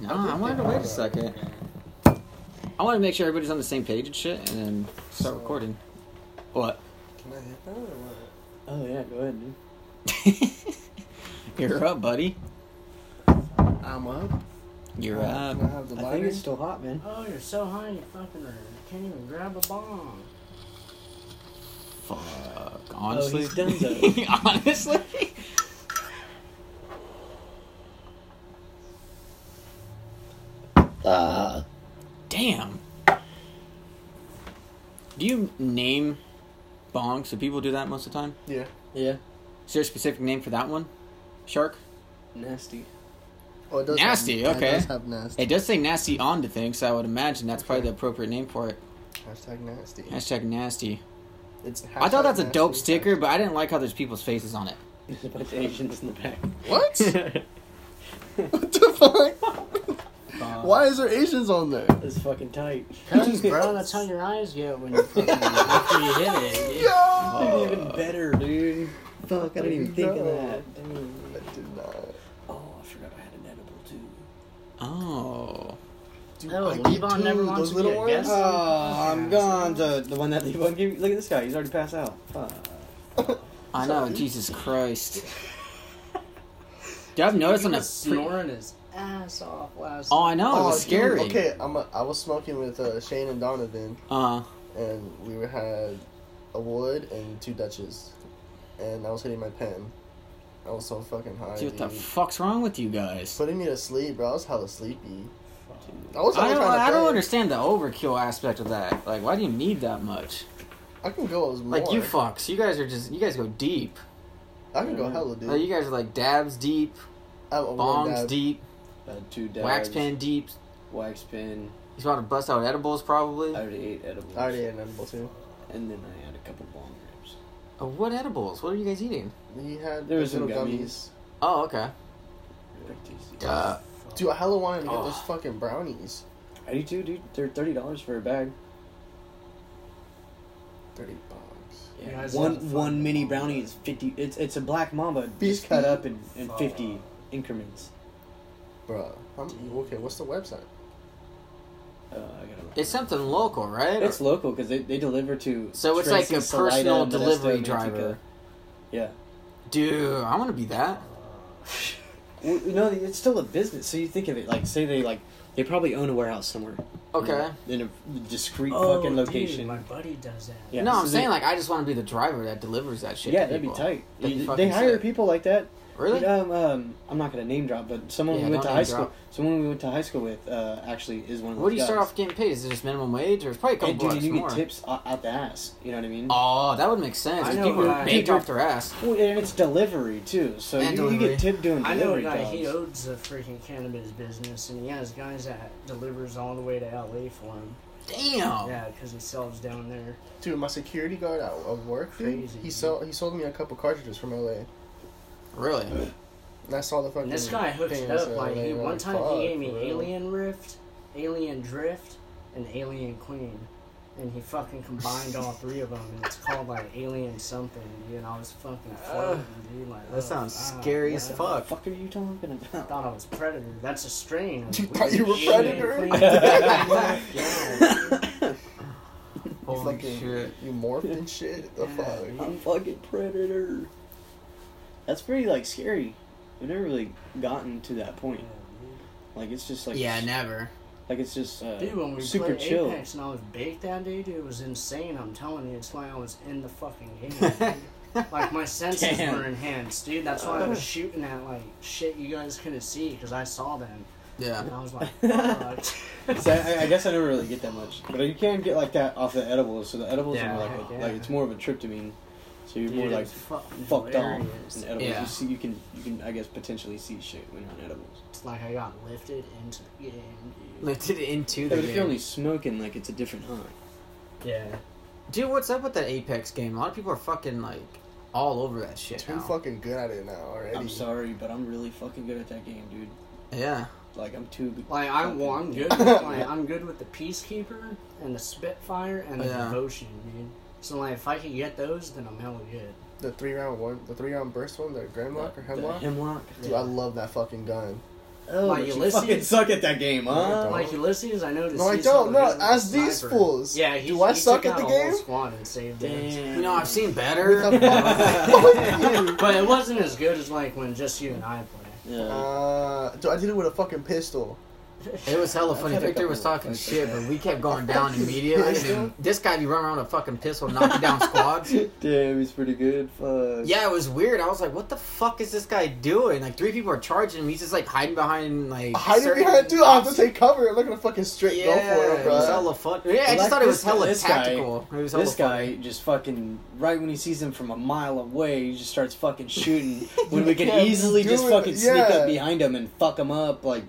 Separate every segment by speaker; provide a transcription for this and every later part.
Speaker 1: Nah, I wanted to wait a second. I want to make sure everybody's on the same page and shit, and then start
Speaker 2: So-
Speaker 1: recording. What?
Speaker 2: Can I hit that or what?
Speaker 3: Oh yeah, go ahead, dude.
Speaker 1: You're up, buddy.
Speaker 2: I'm up.
Speaker 1: You're
Speaker 2: Uh,
Speaker 1: up.
Speaker 2: Can I have the
Speaker 3: I think
Speaker 2: lighter?
Speaker 3: it's still hot, man.
Speaker 4: Oh, you're so high you fucking are- can't even grab a bomb.
Speaker 1: Fuck. Honestly.
Speaker 3: he's donezo.
Speaker 1: Honestly.
Speaker 3: Uh,
Speaker 1: Damn. Do you name bongs? Do people do that most of the time?
Speaker 2: Yeah.
Speaker 3: yeah,
Speaker 1: Is there a specific name for that one? Shark?
Speaker 3: nasty.
Speaker 2: Oh, it does
Speaker 1: Nasty,
Speaker 2: Have,
Speaker 1: okay.
Speaker 2: It does have nasty.
Speaker 1: It does say nasty on the thing, so I would imagine that's probably the appropriate name for it.
Speaker 2: Hashtag nasty.
Speaker 1: Hashtag nasty.
Speaker 2: It's
Speaker 1: I thought
Speaker 2: hashtag
Speaker 1: that's a dope
Speaker 2: nasty.
Speaker 1: sticker, but I didn't like how there's people's faces on it.
Speaker 3: There's a bunch of Asians in the back.
Speaker 2: What? what the fuck?
Speaker 1: Uh.
Speaker 2: Why is there Asians on there?
Speaker 3: It's fucking tight.
Speaker 2: Guys,
Speaker 4: Oh,
Speaker 2: bro.
Speaker 4: that's how your eyes get when you fucking after you hit it. You-
Speaker 2: Yo!
Speaker 3: Dude, even better, dude. Fuck, I didn't even think of that. Damn.
Speaker 2: I did not.
Speaker 3: Oh, I forgot I had an edible too.
Speaker 1: Oh.
Speaker 2: Dude,
Speaker 4: Oh,
Speaker 2: I get
Speaker 4: Levon never
Speaker 2: two,
Speaker 4: wants
Speaker 2: those
Speaker 4: to
Speaker 2: little
Speaker 4: be a
Speaker 2: ones?
Speaker 4: guest.
Speaker 3: Oh, I'm gone. The the one that the one gave. Look at this guy. He's already passed out. Fuck.
Speaker 1: I know, Jesus Christ. Dude, I've noticed
Speaker 4: you
Speaker 1: on the.
Speaker 4: were
Speaker 1: Pre-
Speaker 4: snoring his Oh. ass off last
Speaker 1: oh, I know, it
Speaker 2: Oh,
Speaker 1: was
Speaker 2: dude,
Speaker 1: scary.
Speaker 2: okay, I'm a, I was smoking with uh, Shane and Donovan,
Speaker 1: Uh,
Speaker 2: and we were, had a wood and two Dutches, and I was hitting my pen. I was so fucking high.
Speaker 1: dude, what the
Speaker 2: dude.
Speaker 1: fuck's wrong with you guys?
Speaker 2: Putting me to sleep, bro. I was hella sleepy. I was
Speaker 1: I
Speaker 2: only
Speaker 1: don't,
Speaker 2: trying to
Speaker 1: I don't
Speaker 2: play.
Speaker 1: understand the overkill aspect of that. Like, why do you need that much?
Speaker 2: I can go as more.
Speaker 1: Like, you fucks, you guys are just, you guys go deep.
Speaker 2: I can go hella, dude.
Speaker 1: Like, you guys are like dabs deep,
Speaker 2: I have a one
Speaker 1: bongs
Speaker 2: dab.
Speaker 1: deep,
Speaker 3: Uh, two dabs.
Speaker 1: wax pen deep.
Speaker 3: Wax pen.
Speaker 1: He's about to bust out edibles,
Speaker 3: I
Speaker 1: probably.
Speaker 3: already ate edibles.
Speaker 2: I already had an edible too.
Speaker 3: And then I had a couple long ribs.
Speaker 1: Oh, what edibles? What are you guys eating?
Speaker 2: He had
Speaker 3: There
Speaker 2: there
Speaker 3: was some
Speaker 2: little
Speaker 3: gummies.
Speaker 2: gummies.
Speaker 1: Oh, okay.
Speaker 3: They're tasty.
Speaker 1: Uh,
Speaker 2: Dude, I hella wanted to get
Speaker 1: Oh.
Speaker 2: those fucking brownies.
Speaker 3: I do too, dude. They're thirty dollars for a bag.
Speaker 2: Thirty bucks.
Speaker 4: You guys love the
Speaker 3: One
Speaker 4: fucking
Speaker 3: one mini
Speaker 4: Mamba.
Speaker 3: brownie is fifty. It's it's a black mamba just
Speaker 2: Beast
Speaker 3: cut
Speaker 2: meat.
Speaker 3: up in, in fifty increments.
Speaker 2: Bruh. I'm, okay, what's the website?
Speaker 3: Uh, I gotta.
Speaker 1: it's something local, right?
Speaker 3: It's local because they, they deliver to.
Speaker 1: So it's like a
Speaker 3: Tracy, Salida,
Speaker 1: personal
Speaker 3: Modesto,
Speaker 1: delivery
Speaker 3: Manteca.
Speaker 1: driver.
Speaker 3: Yeah.
Speaker 1: Dude, I want to be that.
Speaker 3: Well, no, it's still a business. So you think of it like say they like they probably own a warehouse somewhere.
Speaker 1: Okay.
Speaker 3: In a, in a discreet
Speaker 4: Oh,
Speaker 3: fucking
Speaker 4: dude,
Speaker 3: location.
Speaker 4: my buddy does that.
Speaker 3: Yeah.
Speaker 1: no, I'm
Speaker 3: so
Speaker 1: saying
Speaker 3: they-
Speaker 1: like I just want to be the driver that delivers that shit.
Speaker 3: yeah,
Speaker 1: to
Speaker 3: that'd be
Speaker 1: people.
Speaker 3: tight.
Speaker 1: That'd be
Speaker 3: You- they
Speaker 1: fucking
Speaker 3: hire
Speaker 1: sick.
Speaker 3: people like that.
Speaker 1: Really?
Speaker 3: Um, um, I'm not gonna name drop, but someone
Speaker 1: Yeah,
Speaker 3: we went
Speaker 1: don't
Speaker 3: to
Speaker 1: name
Speaker 3: high school,
Speaker 1: drop.
Speaker 3: someone we went to high school with, uh, actually is one of.
Speaker 1: What do you
Speaker 3: those
Speaker 1: start
Speaker 3: guys.
Speaker 1: off getting paid? Is it just minimum wage or it's probably a couple
Speaker 3: And dude,
Speaker 1: bucks
Speaker 3: you
Speaker 1: more?
Speaker 3: get tips o- out the ass. You know what I mean?
Speaker 4: Uh,
Speaker 1: Oh, that would make sense.
Speaker 4: I
Speaker 1: 'cause
Speaker 4: know
Speaker 1: People
Speaker 4: a
Speaker 1: are
Speaker 4: guy-
Speaker 1: baked off their ass.
Speaker 3: Well, and it's delivery too, so
Speaker 1: And
Speaker 3: you, you
Speaker 1: delivery.
Speaker 3: get tipped doing
Speaker 4: I know a
Speaker 3: delivery
Speaker 4: guy,
Speaker 3: jobs.
Speaker 4: he owns a freaking cannabis business, and he has guys that delivers all the way to LA for him.
Speaker 2: Oh.
Speaker 1: Damn.
Speaker 4: Yeah, because he sells down there.
Speaker 2: Dude, my security guard at of work, dude,
Speaker 4: Crazy,
Speaker 2: he
Speaker 4: dude.
Speaker 2: sold he sold me a couple cartridges from LA.
Speaker 1: Really?
Speaker 2: And I saw the fucking
Speaker 4: And this guy hooked
Speaker 2: thing,
Speaker 4: it
Speaker 2: I
Speaker 4: up.
Speaker 2: said,
Speaker 4: Like, he,
Speaker 2: man,
Speaker 4: one
Speaker 2: Mm. like,
Speaker 4: time
Speaker 2: fuck,
Speaker 4: he gave me
Speaker 2: for real.
Speaker 4: Alien Rift, Alien Drift, and Alien Queen. And he fucking combined all three of them, and it's called like Alien something, dude. And I was fucking floating, dude. Like, oh,
Speaker 1: That sounds
Speaker 4: fuck,
Speaker 1: scary
Speaker 4: yeah.
Speaker 1: as
Speaker 3: What
Speaker 1: fuck.
Speaker 3: the fuck are you talking
Speaker 4: I
Speaker 3: about?
Speaker 4: thought I was Predator. That's a strain.
Speaker 2: You thought you were
Speaker 4: Alien
Speaker 2: Predator?
Speaker 4: Queen. yeah.
Speaker 2: You
Speaker 1: Holy
Speaker 2: fucking-
Speaker 1: shit.
Speaker 2: You morphed and shit. The
Speaker 4: Yeah,
Speaker 2: fuck.
Speaker 4: dude.
Speaker 3: I'm fucking predator. That's pretty like scary. I've never really gotten to that point. Like it's just like
Speaker 1: Yeah, never.
Speaker 3: like it's just uh,
Speaker 4: Dude, when we
Speaker 3: super
Speaker 4: played
Speaker 3: chill.
Speaker 4: Apex and I was baked that day, dude, it was insane. I'm telling you, it's why I was in the fucking game. dude. like my senses
Speaker 3: Damn. Uh.
Speaker 4: were enhanced, dude. That's why I was shooting at like shit you guys couldn't see because I saw them
Speaker 1: Yeah.
Speaker 4: and I was like, fuck.
Speaker 3: So I, I guess I never really get that much, but you can get like that off the edibles. So the edibles
Speaker 4: Yeah,
Speaker 3: are more like
Speaker 4: heck
Speaker 3: a,
Speaker 4: yeah.
Speaker 3: like it's more of a tryptamine. So you're
Speaker 4: dude,
Speaker 3: more
Speaker 4: it
Speaker 3: like
Speaker 4: was fucking
Speaker 3: fucked off. And
Speaker 4: hilarious.
Speaker 3: edibles,
Speaker 1: Yeah.
Speaker 3: you see, you can you can I guess potentially see shit when you're on edibles.
Speaker 4: It's like I got lifted into the game. Dude.
Speaker 1: Lifted into the
Speaker 3: But if you're only
Speaker 1: game.
Speaker 3: smoking, like it's a different high.
Speaker 4: Yeah.
Speaker 1: Dude, what's up with that Apex game? A lot of people are fucking like all over that shit
Speaker 2: Too
Speaker 1: now.
Speaker 2: fucking good at it now already.
Speaker 3: I'm sorry, but I'm really fucking good at that game, dude.
Speaker 1: Yeah.
Speaker 3: Like I'm too. good.
Speaker 4: Like I'm, well, I'm good. With, like I'm good with the Peacekeeper and the Spitfire and the
Speaker 1: Yeah.
Speaker 4: Devotion, dude. So like, if I could get those, then I'm hella good.
Speaker 2: The three round one, the three round burst one, the Grimlock or
Speaker 3: The
Speaker 2: Hemlock.
Speaker 3: hemlock.
Speaker 2: Dude, I love that fucking gun.
Speaker 3: Oh,
Speaker 4: My
Speaker 3: but you
Speaker 4: Ulysses-
Speaker 3: fucking suck at that game, huh?
Speaker 4: Like Ulysses, I noticed.
Speaker 2: No, I
Speaker 4: he's
Speaker 2: don't.
Speaker 4: a-
Speaker 2: No,
Speaker 4: he's a
Speaker 2: ask these
Speaker 4: sniper.
Speaker 2: fools.
Speaker 4: Yeah, he,
Speaker 2: Do I
Speaker 4: he
Speaker 2: suck
Speaker 4: took
Speaker 2: at the
Speaker 4: out a whole
Speaker 2: game?
Speaker 4: Squad and saved us.
Speaker 3: Damn.
Speaker 1: You know, I've seen
Speaker 2: With a
Speaker 1: better.
Speaker 3: Oh,
Speaker 2: fucking-
Speaker 4: But it wasn't as good as like when just you and I play.
Speaker 3: Yeah.
Speaker 2: uh, dude, I did it with a fucking pistol.
Speaker 1: It was hella funny.
Speaker 3: I've had a
Speaker 1: Victor was
Speaker 3: couple of
Speaker 1: talking
Speaker 3: things
Speaker 1: shit,
Speaker 3: like
Speaker 1: but
Speaker 3: that.
Speaker 1: we kept going down immediately.
Speaker 2: Pistol?
Speaker 1: And this guy be running around with a fucking pistol, knocking down squads.
Speaker 3: Damn, he's pretty good. Fuck.
Speaker 1: Yeah, it was weird. I was like, "What the fuck is this guy doing?" Like, three people are charging him. He's just like hiding behind like
Speaker 2: Hiding
Speaker 1: certain-
Speaker 2: behind, dude, I have to take cover. I'm not gonna fucking straight
Speaker 1: Yeah,
Speaker 2: go for it,
Speaker 1: it was
Speaker 2: bro.
Speaker 1: hella fun. Yeah, I just
Speaker 3: Like
Speaker 1: thought it was
Speaker 3: this-
Speaker 1: hella
Speaker 3: this guy-
Speaker 1: tactical. it was hella
Speaker 3: This guy just fucking right when he sees him from a mile away, he just starts fucking shooting. when we could
Speaker 2: Yeah,
Speaker 3: easily
Speaker 2: do
Speaker 3: just
Speaker 2: it.
Speaker 3: fucking sneak
Speaker 2: Yeah.
Speaker 3: up behind him and fuck him up. Like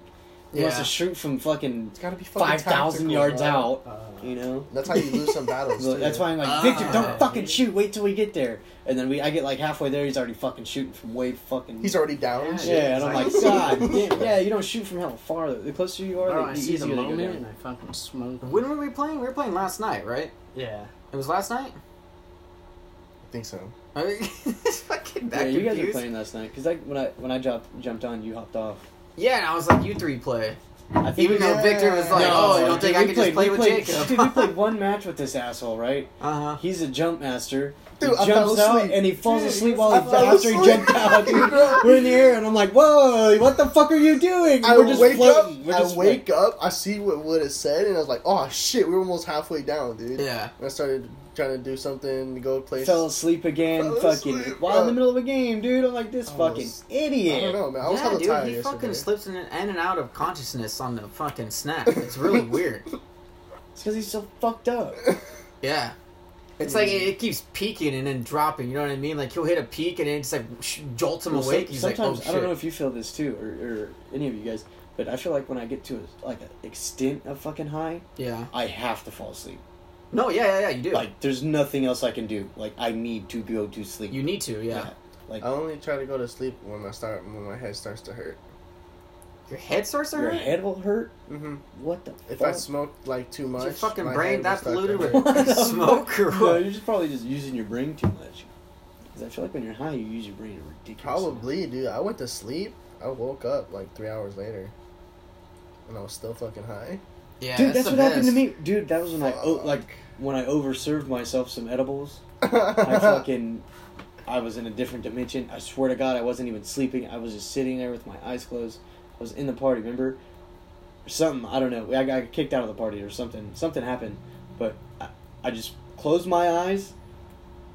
Speaker 3: he wants
Speaker 1: Yeah.
Speaker 3: to shoot from fucking
Speaker 2: It's gotta be fucking
Speaker 3: five thousand
Speaker 2: tactical,
Speaker 3: yards
Speaker 2: bro.
Speaker 3: out.
Speaker 4: Uh,
Speaker 3: You know.
Speaker 2: That's how you lose some battles.
Speaker 3: But
Speaker 2: too.
Speaker 3: that's why I'm like
Speaker 1: Ah.
Speaker 3: Victor, don't fucking shoot. Wait till we get there, and then we I get like halfway there, he's already fucking shooting from way fucking.
Speaker 2: he's already down. and
Speaker 4: Yeah,
Speaker 2: shit.
Speaker 3: yeah, and I'm like, God, damn, yeah, you don't shoot from hella far. The closer you are,
Speaker 4: bro,
Speaker 3: the,
Speaker 4: I
Speaker 3: the
Speaker 4: see the
Speaker 3: easier they go
Speaker 4: moment and
Speaker 3: down.
Speaker 4: I fucking smoke.
Speaker 1: fun. When were we playing? We were playing last night, right?
Speaker 4: Yeah.
Speaker 1: It was last night.
Speaker 2: I think so.
Speaker 1: I mean, it's fucking
Speaker 3: Yeah,
Speaker 1: that
Speaker 3: you guys were
Speaker 1: confused.
Speaker 3: playing last night because like when I when I jumped jumped on, you hopped off.
Speaker 1: Yeah, and I was like, "You three play."
Speaker 3: I think
Speaker 1: Even
Speaker 3: we-
Speaker 1: though Victor was like,
Speaker 2: No,
Speaker 1: "Oh, you don't
Speaker 3: dude,
Speaker 1: think
Speaker 3: we
Speaker 1: I can just
Speaker 3: played-
Speaker 1: play
Speaker 3: we
Speaker 1: with
Speaker 3: played- Dude, we
Speaker 1: Jacob?"
Speaker 3: played one match with this asshole, right?
Speaker 1: uh huh.
Speaker 3: He's a jump master.
Speaker 2: Dude,
Speaker 3: he
Speaker 2: I
Speaker 3: jumps
Speaker 2: fell
Speaker 3: out
Speaker 2: asleep.
Speaker 3: and he falls
Speaker 2: Dude,
Speaker 3: asleep while
Speaker 2: I
Speaker 3: he,
Speaker 2: fell
Speaker 3: after he
Speaker 2: asleep.
Speaker 3: jumped out. dude. We're in the air, and I'm like, "Whoa, what the fuck are you doing?"
Speaker 2: I
Speaker 3: We're just
Speaker 2: wake
Speaker 3: floating.
Speaker 2: up.
Speaker 3: We're
Speaker 2: I
Speaker 3: just
Speaker 2: wake up. I see what what it said, and I was like, "Oh shit, we were almost halfway down, dude."
Speaker 1: Yeah.
Speaker 2: And I started trying to do something, go place.
Speaker 3: Fell asleep again,
Speaker 2: Fell
Speaker 3: fucking
Speaker 2: asleep,
Speaker 3: while in
Speaker 2: bro.
Speaker 3: the middle of a game, dude. I'm like, this
Speaker 2: I
Speaker 3: fucking
Speaker 2: was-
Speaker 3: idiot.
Speaker 2: I don't know, man. I was
Speaker 1: yeah,
Speaker 2: hella
Speaker 1: dude,
Speaker 2: tired
Speaker 1: he
Speaker 2: yesterday.
Speaker 1: fucking slips in and, in and out of consciousness on the fucking snap. It's really weird.
Speaker 3: It's because he's so fucked up.
Speaker 1: Yeah. It's like it, it keeps peaking and then dropping. You know what I mean? Like he'll hit a peak and then it's like sh- jolts him
Speaker 3: Well,
Speaker 1: awake.
Speaker 3: some-
Speaker 1: He's like,
Speaker 3: sometimes
Speaker 1: "Oh shit!"
Speaker 3: I don't know if you feel this too, or, or any of you guys, but I feel like when I get to a, like an extent of fucking high,
Speaker 1: yeah.
Speaker 3: I have to fall asleep.
Speaker 1: No. Yeah. Yeah. Yeah. You do.
Speaker 3: Like, there's nothing else I can do. Like, I need to go to sleep.
Speaker 1: you need to. Yeah.
Speaker 3: Like,
Speaker 2: I only try to go to sleep when I start when my head starts to hurt.
Speaker 1: Your head starts to
Speaker 3: your
Speaker 1: hurt.
Speaker 3: head will hurt.
Speaker 2: hmm
Speaker 3: What the
Speaker 2: If I
Speaker 3: fuck?
Speaker 2: smoke like too much,
Speaker 1: Mm-hmm. Is your fucking
Speaker 2: my
Speaker 1: brain
Speaker 2: head
Speaker 1: that
Speaker 2: will start to
Speaker 1: polluted
Speaker 2: hurt.
Speaker 3: What
Speaker 1: with
Speaker 3: the
Speaker 1: smoke or
Speaker 3: fuck? No,
Speaker 1: what?
Speaker 3: you're just probably just using your brain too much. Because I feel like when you're high, you use your brain a ridiculous. amount.
Speaker 2: Probably, dude. I went to sleep. I woke up like three hours later, and I was still fucking high.
Speaker 1: Yeah.
Speaker 3: Dude, that's,
Speaker 1: the
Speaker 3: what happened to
Speaker 1: best.
Speaker 3: me. Dude, that was when I oh,
Speaker 2: Fuck.
Speaker 3: like when I overserved myself some edibles. I
Speaker 2: I
Speaker 3: fucking I was in a different dimension. I swear to God, I wasn't even sleeping. I was just sitting there with my eyes closed. I was in the party, remember? Something I don't know. I got kicked out of the party or something. Something happened, but I, I just closed my eyes.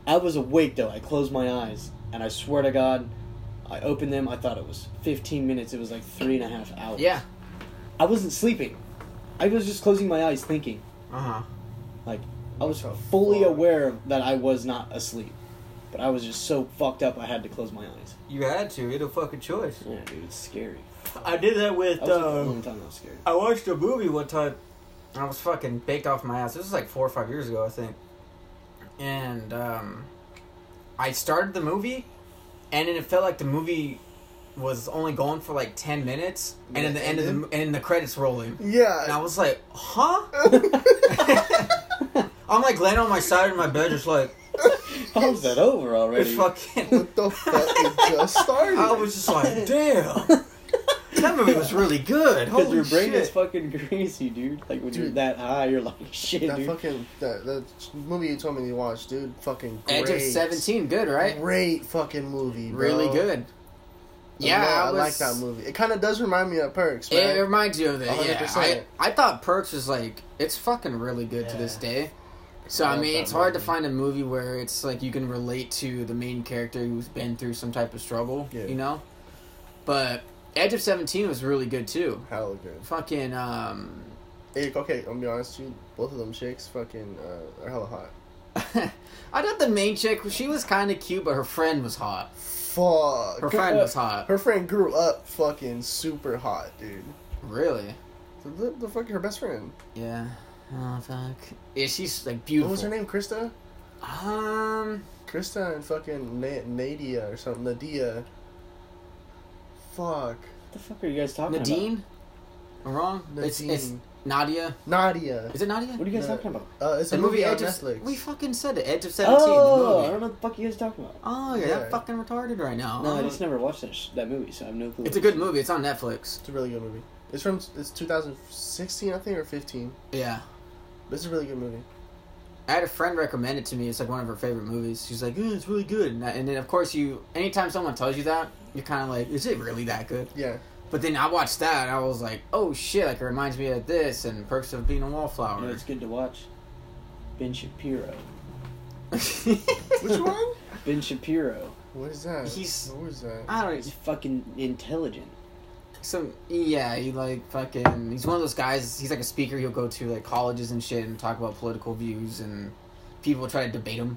Speaker 3: I was awake though. I closed my eyes, and I swear to God, I opened them. I thought it was fifteen minutes. It was like three and a half hours.
Speaker 1: Yeah.
Speaker 3: I wasn't sleeping. I was just closing my eyes, thinking.
Speaker 1: Uh huh.
Speaker 3: I was
Speaker 2: What the
Speaker 3: fully
Speaker 2: fuck?
Speaker 3: aware that I was not asleep, but I was just so fucked up I had to close my eyes.
Speaker 1: You had to. It's a fucking choice.
Speaker 3: Yeah, dude, it's scary.
Speaker 1: I did that with. um,
Speaker 3: That was like, oh, the only time I was scared.
Speaker 1: I watched a movie one time. I was fucking baked off my ass. This was like four or five years ago, I think. And um, I started the movie, and then it felt like the movie was only going for like ten minutes, and
Speaker 2: Yeah,
Speaker 1: at the end of the
Speaker 2: and
Speaker 1: mo- and the credits rolling. And I
Speaker 2: Yeah.
Speaker 1: was like, huh? I'm like laying on my side in my bed, just like
Speaker 3: How's that over already?
Speaker 1: fucking.
Speaker 2: what the fuck? It just started.
Speaker 1: I was just like, damn. That movie was really good.
Speaker 3: Because
Speaker 1: Holy
Speaker 3: your brain
Speaker 1: shit.
Speaker 3: is fucking crazy, dude. Like when you're
Speaker 2: Dude.
Speaker 3: that high, you're like, shit,
Speaker 2: that
Speaker 3: dude.
Speaker 2: fucking that, that movie you told me you watched, dude. Fucking great.
Speaker 1: Edge of Seventeen, good right?
Speaker 2: Great fucking movie. Bro.
Speaker 1: Really good. Yeah,
Speaker 2: I,
Speaker 1: I, was,
Speaker 2: like that movie. It kind of does remind me of Perks, man.
Speaker 1: It reminds you of that. Yeah,
Speaker 2: 100%.
Speaker 1: I, I thought Perks was like it's fucking really good to this
Speaker 3: Yeah.
Speaker 1: day. So
Speaker 2: I
Speaker 1: I
Speaker 2: love
Speaker 1: mean,
Speaker 2: that
Speaker 1: it's hard to
Speaker 2: movie.
Speaker 1: find a movie where it's like you can relate to the main character who's been through some type of struggle,
Speaker 2: Yeah.
Speaker 1: you know. But Edge of Seventeen was really good too.
Speaker 2: Hella good.
Speaker 1: Fucking um,
Speaker 2: Hey, okay, I'm gonna be honest with you. Both of them chicks fucking uh, are hella hot.
Speaker 1: I thought the main chick she was kind of cute, but her friend was hot.
Speaker 2: Fuck.
Speaker 1: Her friend was hot.
Speaker 2: Her friend grew up fucking super hot, dude.
Speaker 1: Really?
Speaker 2: The, the, the fucking her best friend.
Speaker 1: Yeah. Oh fuck. Yeah, she's like
Speaker 2: What
Speaker 1: beautiful.
Speaker 2: was her name? Krista.
Speaker 1: Um.
Speaker 2: Krista and fucking Na- Nadia or something. Nadia. Fuck.
Speaker 3: What the fuck are you guys talking about?
Speaker 1: Nadine? I'm wrong. It's,
Speaker 2: Nadine.
Speaker 1: it's Nadia.
Speaker 2: Nadia.
Speaker 1: Is it Nadia?
Speaker 3: What are you guys
Speaker 2: No.
Speaker 3: talking about?
Speaker 2: Uh, it's a
Speaker 1: the
Speaker 2: movie,
Speaker 1: movie
Speaker 2: on
Speaker 1: Edge of
Speaker 2: Netflix.
Speaker 1: We fucking said it. Edge of Seventeen. the
Speaker 3: Oh, I
Speaker 1: movie.
Speaker 3: don't know what the fuck you guys talking about.
Speaker 1: Oh, you're
Speaker 2: Yeah.
Speaker 1: that fucking retarded right now.
Speaker 3: No, I
Speaker 1: Oh.
Speaker 3: just never watched that, sh- that movie, so I have no clue.
Speaker 1: It's a good movie. It's on Netflix.
Speaker 2: It's a really good movie. It's from it's 2016, I think, or 15.
Speaker 1: Yeah.
Speaker 2: But it's a really good movie.
Speaker 1: I had a friend recommend it to me. It's like one of her favorite movies. She's like, yeah, it's really good. And, I- and then, of course, you anytime someone tells you that, you're kind of like, is it really that good?
Speaker 2: Yeah.
Speaker 1: But then I watched that and I was like, oh shit, like it reminds me of this and Perks of Being a
Speaker 3: You know,
Speaker 1: Wallflower.
Speaker 3: it's good to watch. Ben Shapiro.
Speaker 2: Which one?
Speaker 3: Ben Shapiro.
Speaker 2: What is that?
Speaker 1: He's-
Speaker 2: What was that?
Speaker 1: I don't
Speaker 3: He's
Speaker 1: know.
Speaker 3: fucking intelligent.
Speaker 1: Some, yeah, he like fucking. He's one of those guys, he's like a speaker. He'll go to like colleges and shit and talk about political views and people try to debate him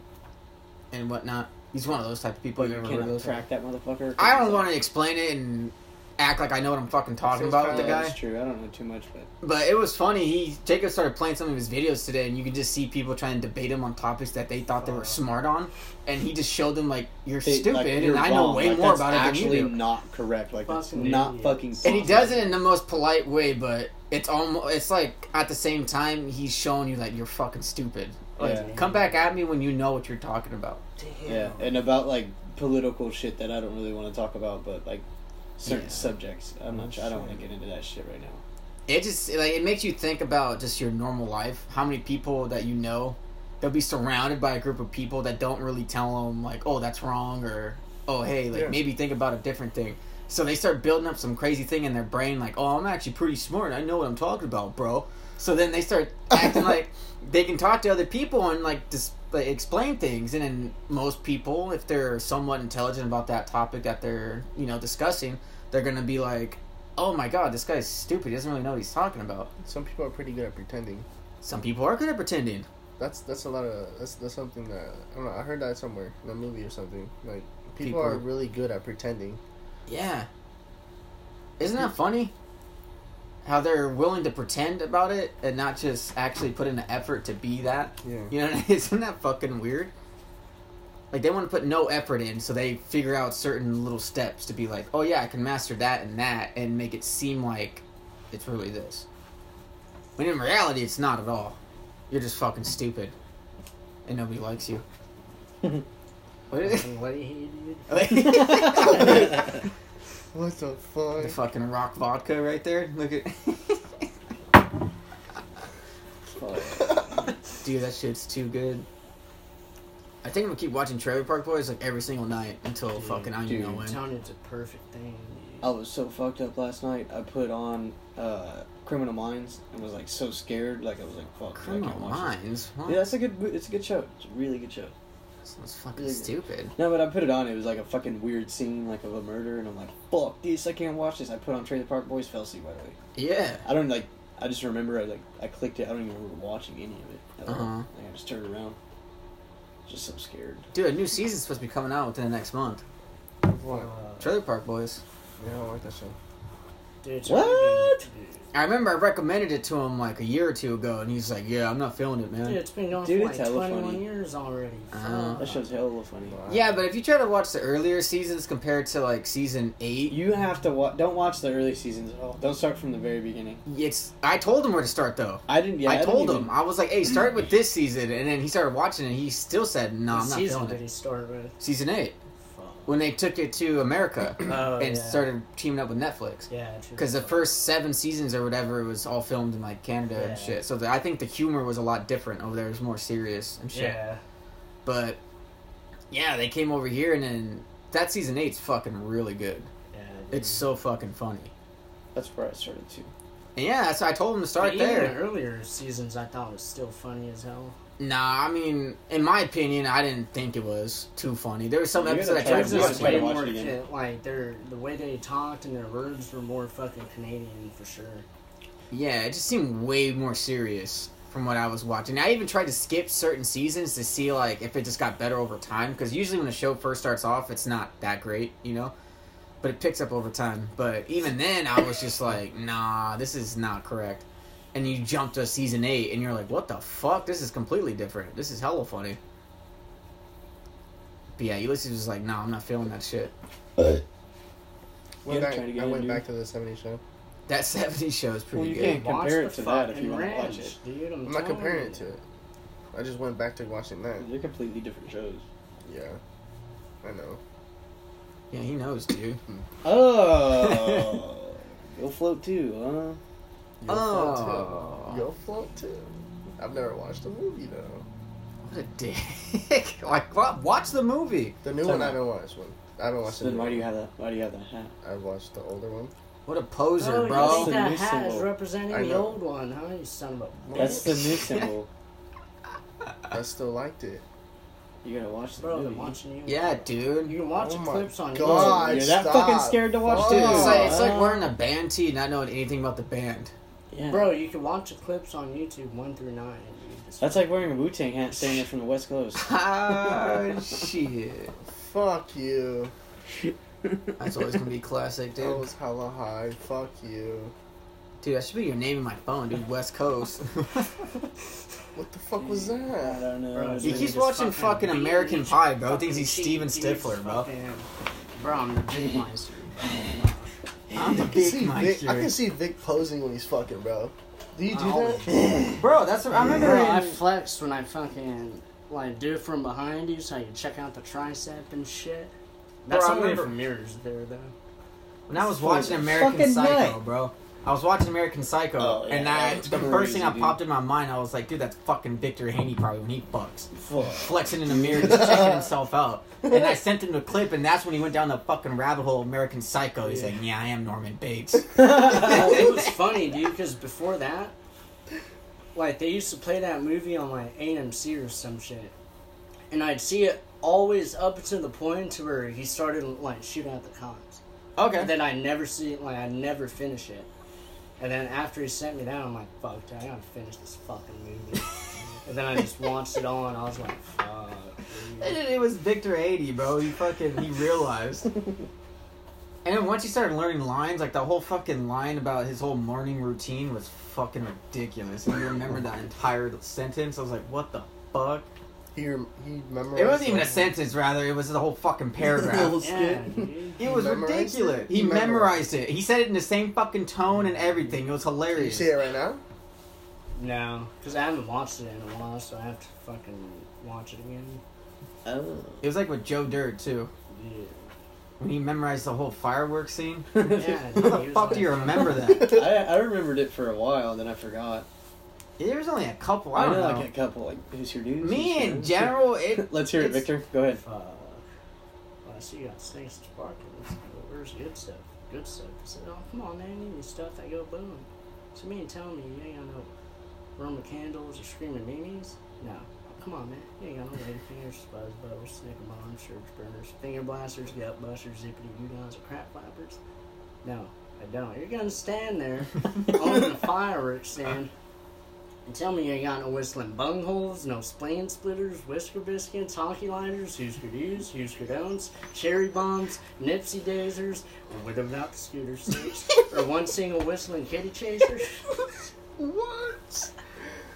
Speaker 1: and whatnot. He's one of those type of people.
Speaker 3: But
Speaker 1: Oh, You
Speaker 3: you
Speaker 1: ever heard of
Speaker 3: cannot
Speaker 1: those?
Speaker 3: crack that motherfucker.
Speaker 1: I don't want to explain it and act like I know what I'm fucking talking
Speaker 2: Sounds
Speaker 1: about
Speaker 2: kinda
Speaker 1: with the
Speaker 2: like
Speaker 1: guy.
Speaker 3: That's true. I don't know too much, but
Speaker 1: But it was funny. He Jacob started playing some of his videos today, and you could just see people trying to debate him on topics that they thought they were smart on, and he just showed them like you're
Speaker 3: Hey,
Speaker 1: stupid,
Speaker 3: like,
Speaker 1: and
Speaker 3: you're
Speaker 1: I know
Speaker 3: wrong.
Speaker 1: way
Speaker 3: Like,
Speaker 1: more
Speaker 3: that's
Speaker 1: about it than
Speaker 3: Actually,
Speaker 1: you do.
Speaker 3: not correct. Like that's
Speaker 4: Fucking
Speaker 3: not
Speaker 4: idiot.
Speaker 3: fucking.
Speaker 1: And he
Speaker 3: possible.
Speaker 1: does it in the most polite way, but it's almost it's like at the same time he's showing you like you're fucking stupid. Like
Speaker 3: Yeah.
Speaker 1: come back at me when you know what you're talking about.
Speaker 4: Damn.
Speaker 3: Yeah, and about like political shit that I don't really want to talk about, but like certain
Speaker 1: Yeah.
Speaker 3: subjects. I'm not. Sure. I don't want to get into that shit right now.
Speaker 1: It just like it makes you think about just your normal life. How many people that you know, they'll be surrounded by a group of people that don't really tell them like, oh, that's wrong, or oh, hey, like
Speaker 2: Yeah.
Speaker 1: maybe think about a different thing. So they start building up some crazy thing in their brain, like, oh, I'm actually pretty smart. I know what I'm talking about, bro. So then they start acting like they can talk to other people and like just like, explain things. And then most people, if they're somewhat intelligent about that topic that they're you know discussing, they're gonna be like, oh my god, this guy's stupid. He doesn't really know what he's talking about.
Speaker 2: Some people are pretty good at pretending.
Speaker 1: Some people are good at pretending.
Speaker 2: That's that's a lot of that's that's something that I don't know. I heard that somewhere in a movie or something. Like people,
Speaker 1: People-
Speaker 2: are really good at pretending.
Speaker 1: Yeah. Isn't that funny? How they're willing to pretend about it and not just actually put in the effort to be that.
Speaker 2: Yeah.
Speaker 1: You know, what I mean? isn't that fucking weird? Like they want to put no effort in, so they figure out certain little steps to be like, oh yeah, I can master that and that, and make it seem like it's really this. When in reality, it's not at all. You're just fucking stupid, and nobody likes you. what is
Speaker 4: Fucking What do you dude?
Speaker 1: it?
Speaker 2: What the fuck?
Speaker 1: the fucking rock vodka right there. Look at,
Speaker 3: Fuck.
Speaker 1: dude, that shit's too good. I think I'm gonna keep watching Trailer Park Boys like every single night until fucking I
Speaker 3: dude.
Speaker 1: know when.
Speaker 4: Tony's a perfect thing.
Speaker 3: I
Speaker 4: Dude.
Speaker 3: was so fucked up last night. I put on uh, Criminal Minds and was like so scared. Like I was like, fuck. I
Speaker 1: Criminal
Speaker 3: can't watch this.
Speaker 1: Minds. What?
Speaker 3: Yeah, that's a good. mo- It's a good show. It's a really good show.
Speaker 1: Sounds fucking
Speaker 3: Yeah.
Speaker 1: stupid.
Speaker 3: No, but I put it on. It was like a fucking weird scene, like of a murder, and I'm like, fuck this. I can't watch this. I put on Trailer Park Boys. Fell asleep right away.
Speaker 1: Yeah.
Speaker 3: I don't like. I just remember I like I clicked it. I don't even remember watching any of it. at all.
Speaker 1: Uh-huh.
Speaker 3: Like, I just turned around, just so scared.
Speaker 1: Dude, a new season's supposed to be coming out within the next month.
Speaker 2: What?
Speaker 4: Uh,
Speaker 1: Trailer Park Boys.
Speaker 2: Yeah, I don't like that show.
Speaker 4: dude, it's
Speaker 3: What?
Speaker 4: already been- dude.
Speaker 1: I remember I recommended it to him like a year or two ago, and he's like, "Yeah, I'm not feeling it,
Speaker 4: Dude,
Speaker 1: man."
Speaker 4: it's been going
Speaker 3: Dude,
Speaker 4: for like
Speaker 3: it's hella
Speaker 4: 21
Speaker 3: funny.
Speaker 4: years already.
Speaker 1: Uh,
Speaker 3: That
Speaker 4: Fuck.
Speaker 3: show's hella funny.
Speaker 1: Yeah, but if you try to watch the earlier seasons compared to like season eight,
Speaker 3: You have to watch. Don't watch the early seasons at all. Don't start from the very beginning.
Speaker 1: it's. I told him where to start though.
Speaker 3: I didn't. Yeah,
Speaker 1: I,
Speaker 3: didn't
Speaker 1: told
Speaker 3: even-
Speaker 1: him. I was like, "Hey, start with this season," and then he started watching it. and He still said, "No,
Speaker 4: What
Speaker 1: I'm not
Speaker 4: season
Speaker 1: feeling
Speaker 4: did
Speaker 1: it."
Speaker 4: he start with?
Speaker 1: Season eight,
Speaker 4: Fuck.
Speaker 1: when they took it to America
Speaker 4: Oh,
Speaker 1: and
Speaker 4: yeah.
Speaker 1: started teaming up with Netflix.
Speaker 4: Yeah, true.
Speaker 1: because the first seven seasons or whatever it was all filmed in like Canada
Speaker 4: Yeah.
Speaker 1: and shit. So the, I think the humor was a lot different over there. It was more serious and shit.
Speaker 4: Yeah.
Speaker 1: But yeah, they came over here and then that season eight's fucking really good.
Speaker 4: yeah dude.
Speaker 1: It's so fucking funny.
Speaker 3: That's where I started too.
Speaker 1: And yeah, that's I told him to
Speaker 4: But
Speaker 1: start
Speaker 4: even
Speaker 1: there.
Speaker 4: the earlier seasons I thought was still funny as hell.
Speaker 1: Nah, I mean, in my opinion, I didn't think it was too funny. There was some
Speaker 3: You
Speaker 1: episode I
Speaker 3: gotta
Speaker 1: tried
Speaker 4: There's
Speaker 1: to
Speaker 3: try
Speaker 1: watch.
Speaker 4: just
Speaker 3: it. Gotta
Speaker 4: way
Speaker 3: watch
Speaker 4: more
Speaker 3: it again.
Speaker 4: kid, like their the way they talked and their words were more fucking Canadian for sure.
Speaker 1: Yeah, it just seemed way more serious from what I was watching. I even tried to skip certain seasons to see like if it just got better over time because usually when a show first starts off, it's not that great, you know. But it picks up over time. But even then, I was just like, nah, this is not correct. And you jump to season eight, and you're like, what the fuck? This is completely different. This is hella funny. But yeah, Ulysses was like, nah, I'm not feeling that shit.
Speaker 2: One
Speaker 3: Yeah,
Speaker 2: night,
Speaker 3: try to get
Speaker 2: I
Speaker 3: in,
Speaker 2: went
Speaker 3: dude.
Speaker 2: back to the 70s show.
Speaker 1: That 70s show is pretty
Speaker 3: Well, you
Speaker 1: good.
Speaker 3: can't- Compare it
Speaker 4: the
Speaker 3: to that if you
Speaker 4: fucking
Speaker 3: wanna watch
Speaker 4: Ranch,
Speaker 3: it.
Speaker 4: Dude, I'm,
Speaker 2: I'm not
Speaker 4: telling
Speaker 2: comparing
Speaker 4: you.
Speaker 2: it to it. I just went back to watching that.
Speaker 3: They're completely different shows.
Speaker 2: Yeah. I know.
Speaker 1: Yeah, he knows, dude.
Speaker 3: Oh, you'll float too, huh?
Speaker 2: You'll float
Speaker 1: Oh.
Speaker 2: too. You'll float too. I've never watched the movie though.
Speaker 1: What a dick. like, wa- watch the movie.
Speaker 2: The new
Speaker 3: Tell
Speaker 2: one
Speaker 3: me.
Speaker 2: I haven't watched one. I haven't watched the
Speaker 3: then
Speaker 2: new
Speaker 3: why do you
Speaker 2: one.
Speaker 3: have that? Why do you have that hat?
Speaker 2: I've watched the older one.
Speaker 1: What a poser,
Speaker 4: Oh,
Speaker 1: bro.
Speaker 4: you think
Speaker 3: That's the
Speaker 4: that
Speaker 3: new
Speaker 4: hat is
Speaker 3: symbol.
Speaker 2: I
Speaker 4: representing the
Speaker 2: know.
Speaker 4: old one, huh? You son of a
Speaker 3: That's the new symbol.
Speaker 2: I still liked it.
Speaker 3: You gotta watch the
Speaker 4: bro.
Speaker 3: movie.
Speaker 4: I'm watching you.
Speaker 1: Yeah, dude.
Speaker 4: You can watch
Speaker 2: Oh my
Speaker 4: clips on
Speaker 2: God.
Speaker 3: You're that
Speaker 2: stop.
Speaker 3: fucking scared to watch
Speaker 2: Fuck.
Speaker 3: too.
Speaker 1: It's like, it's
Speaker 3: huh?
Speaker 1: like wearing a band tee and not knowing anything about the band.
Speaker 3: Yeah.
Speaker 4: YouTube. Bro, you can watch the clips on YouTube one through nine. dude. Just-
Speaker 3: That's like wearing a Wu Tang hat standing there from the West Coast.
Speaker 1: Ah, shit.
Speaker 2: Fuck you.
Speaker 1: That's always gonna be classic,
Speaker 2: That
Speaker 1: dude.
Speaker 2: was hella high. Fuck you.
Speaker 1: Dude, that should be your name in my phone, dude. West Coast.
Speaker 2: What the fuck was
Speaker 3: I
Speaker 2: that?
Speaker 3: don't know.
Speaker 4: Bro,
Speaker 1: he
Speaker 4: He
Speaker 1: keeps
Speaker 4: keeps
Speaker 1: watching fucking,
Speaker 4: fucking
Speaker 1: American
Speaker 4: beach,
Speaker 1: Pie, bro.
Speaker 4: fucking
Speaker 1: Thinks he's
Speaker 4: cheap,
Speaker 1: Steven
Speaker 4: dude,
Speaker 1: Stifler, bro.
Speaker 4: fucking- Bro, I'm the big monster.
Speaker 1: I'm the
Speaker 2: I can, see
Speaker 1: big
Speaker 2: Vic, I can
Speaker 1: Meister.
Speaker 2: see Vic posing when he's fucking, bro. Do you do
Speaker 4: Ow.
Speaker 2: that?
Speaker 1: Bro, that's what I remember.
Speaker 4: Bro,
Speaker 1: in-
Speaker 4: I flexed when I fucking like do it from behind you, so you check out the tricep and shit. That's
Speaker 1: I
Speaker 4: only
Speaker 1: remember-
Speaker 4: if mirrors there though.
Speaker 1: When I was watching American
Speaker 3: Fucking
Speaker 1: Psycho,
Speaker 3: nut.
Speaker 1: bro. I was watching American Psycho,
Speaker 3: Oh, yeah,
Speaker 1: and I,
Speaker 3: that's
Speaker 1: the first thing
Speaker 3: crazy,
Speaker 1: that
Speaker 3: dude.
Speaker 1: popped in my mind, I was like, dude, that's fucking Victor Haney probably when he fucks.
Speaker 3: Fuck.
Speaker 1: Flexing in the mirror, just checking himself out. And I sent him the clip, and that's when he went down the fucking rabbit hole of American Psycho. He's
Speaker 4: Yeah.
Speaker 1: like, yeah, I am Norman Bates.
Speaker 4: Well, Oh, it was funny, dude, because before that, like they used to play that movie on like AMC or some shit, and I'd see it always up to the point to where he started like shooting out the cons. And
Speaker 1: okay.
Speaker 4: then I never see it, like I never finish it. And then after he sent me that, I'm like, fuck, dude, I gotta finish this fucking movie. and then I just watched it all, and I was like, fuck.
Speaker 1: And
Speaker 4: dude.
Speaker 1: It, it was Victor Haney, bro. He fucking, he realized. and then once he started learning lines, like the whole fucking line about his whole morning routine was fucking ridiculous. And he remembered that entire sentence. I was like, what the fuck?
Speaker 2: He, rem- he memorized
Speaker 1: It wasn't even a
Speaker 2: the-
Speaker 1: sentence, rather, it was the whole fucking paragraph.
Speaker 4: Yeah, dude.
Speaker 1: It was
Speaker 2: He memorized
Speaker 1: ridiculous.
Speaker 2: it?
Speaker 1: He,
Speaker 2: He memorized
Speaker 1: memorized it. He said it in the same fucking tone and everything. It was
Speaker 2: You
Speaker 1: hilarious.
Speaker 2: see it right now?
Speaker 4: No, because I haven't watched it in a while, so I have to fucking watch it again.
Speaker 3: Oh.
Speaker 1: It was like with Joe Dirt too,
Speaker 4: Yeah,
Speaker 1: when he memorized the whole fireworks scene.
Speaker 4: yeah dude,
Speaker 1: How
Speaker 4: he
Speaker 1: the
Speaker 4: was
Speaker 1: fuck do
Speaker 4: like-
Speaker 1: you remember that?
Speaker 3: I, I remembered it for a while, then I forgot.
Speaker 1: There was only a couple. I
Speaker 3: know,
Speaker 1: don't
Speaker 3: like a
Speaker 1: know.
Speaker 3: couple. Like, who's your dude?
Speaker 1: Me
Speaker 3: Who's your
Speaker 1: in
Speaker 3: dude?
Speaker 1: general, it.
Speaker 3: Let's hear it,
Speaker 1: it's-
Speaker 3: Victor. Go ahead.
Speaker 4: Fuck. Well, I see uh, you got snakes and sparkling. Let's go. Where's good stuff? Good stuff. I said, oh, come on, man. You need stuff that go boom. So me and telling me you ain't got no Roman candles or screaming memes? No. Oh, Come on, man. You ain't got no lady fingers, fuzz buzzers, snicker bombs, church burners, finger blasters, gut busters, zippity you guns, or crap flappers. No, I don't. You're gonna stand there on the fireworks stand and tell me you ain't got no whistling bungholes, no spleen splitters, whisker biscuits, hockey liners, Husker Dews, Husker Don'ts, cherry bombs, Nipsey Dazers, or with or without the scooter sticks, or one single whistling kitty chaser.
Speaker 2: What?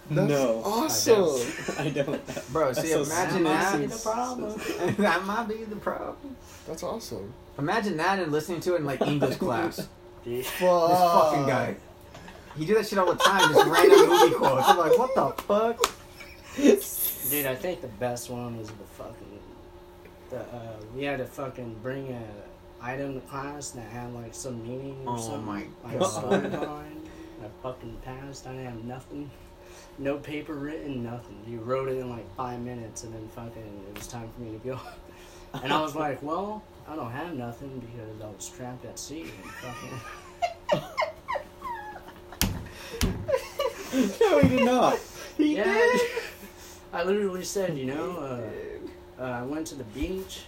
Speaker 2: That's
Speaker 3: No.
Speaker 2: awesome.
Speaker 3: I don't.
Speaker 1: Bro, see,
Speaker 3: so
Speaker 1: imagine
Speaker 4: That
Speaker 1: that.
Speaker 4: might be the problem.
Speaker 1: that might be the problem.
Speaker 2: That's awesome.
Speaker 1: Imagine that and listening to it in like English class.
Speaker 4: Dude,
Speaker 2: Fuck.
Speaker 1: This fucking guy. He do that shit all the time, just random movie quotes. I'm like, what the fuck?
Speaker 4: dude, I think the best one was the fucking. The, uh, we had to fucking bring a item to class that had like some meaning or
Speaker 1: Oh
Speaker 4: something.
Speaker 1: my
Speaker 4: like
Speaker 1: God.
Speaker 4: storyline. I fucking passed. I didn't have nothing. No paper written, nothing. You wrote it in like five minutes, and then fucking it was time for me to go. And I was like, well, I don't have nothing because I was trapped at sea. And fucking,
Speaker 3: no, he did not.
Speaker 1: He
Speaker 4: yeah,
Speaker 1: did.
Speaker 4: I literally said, you know. Uh, Uh, I went to the beach.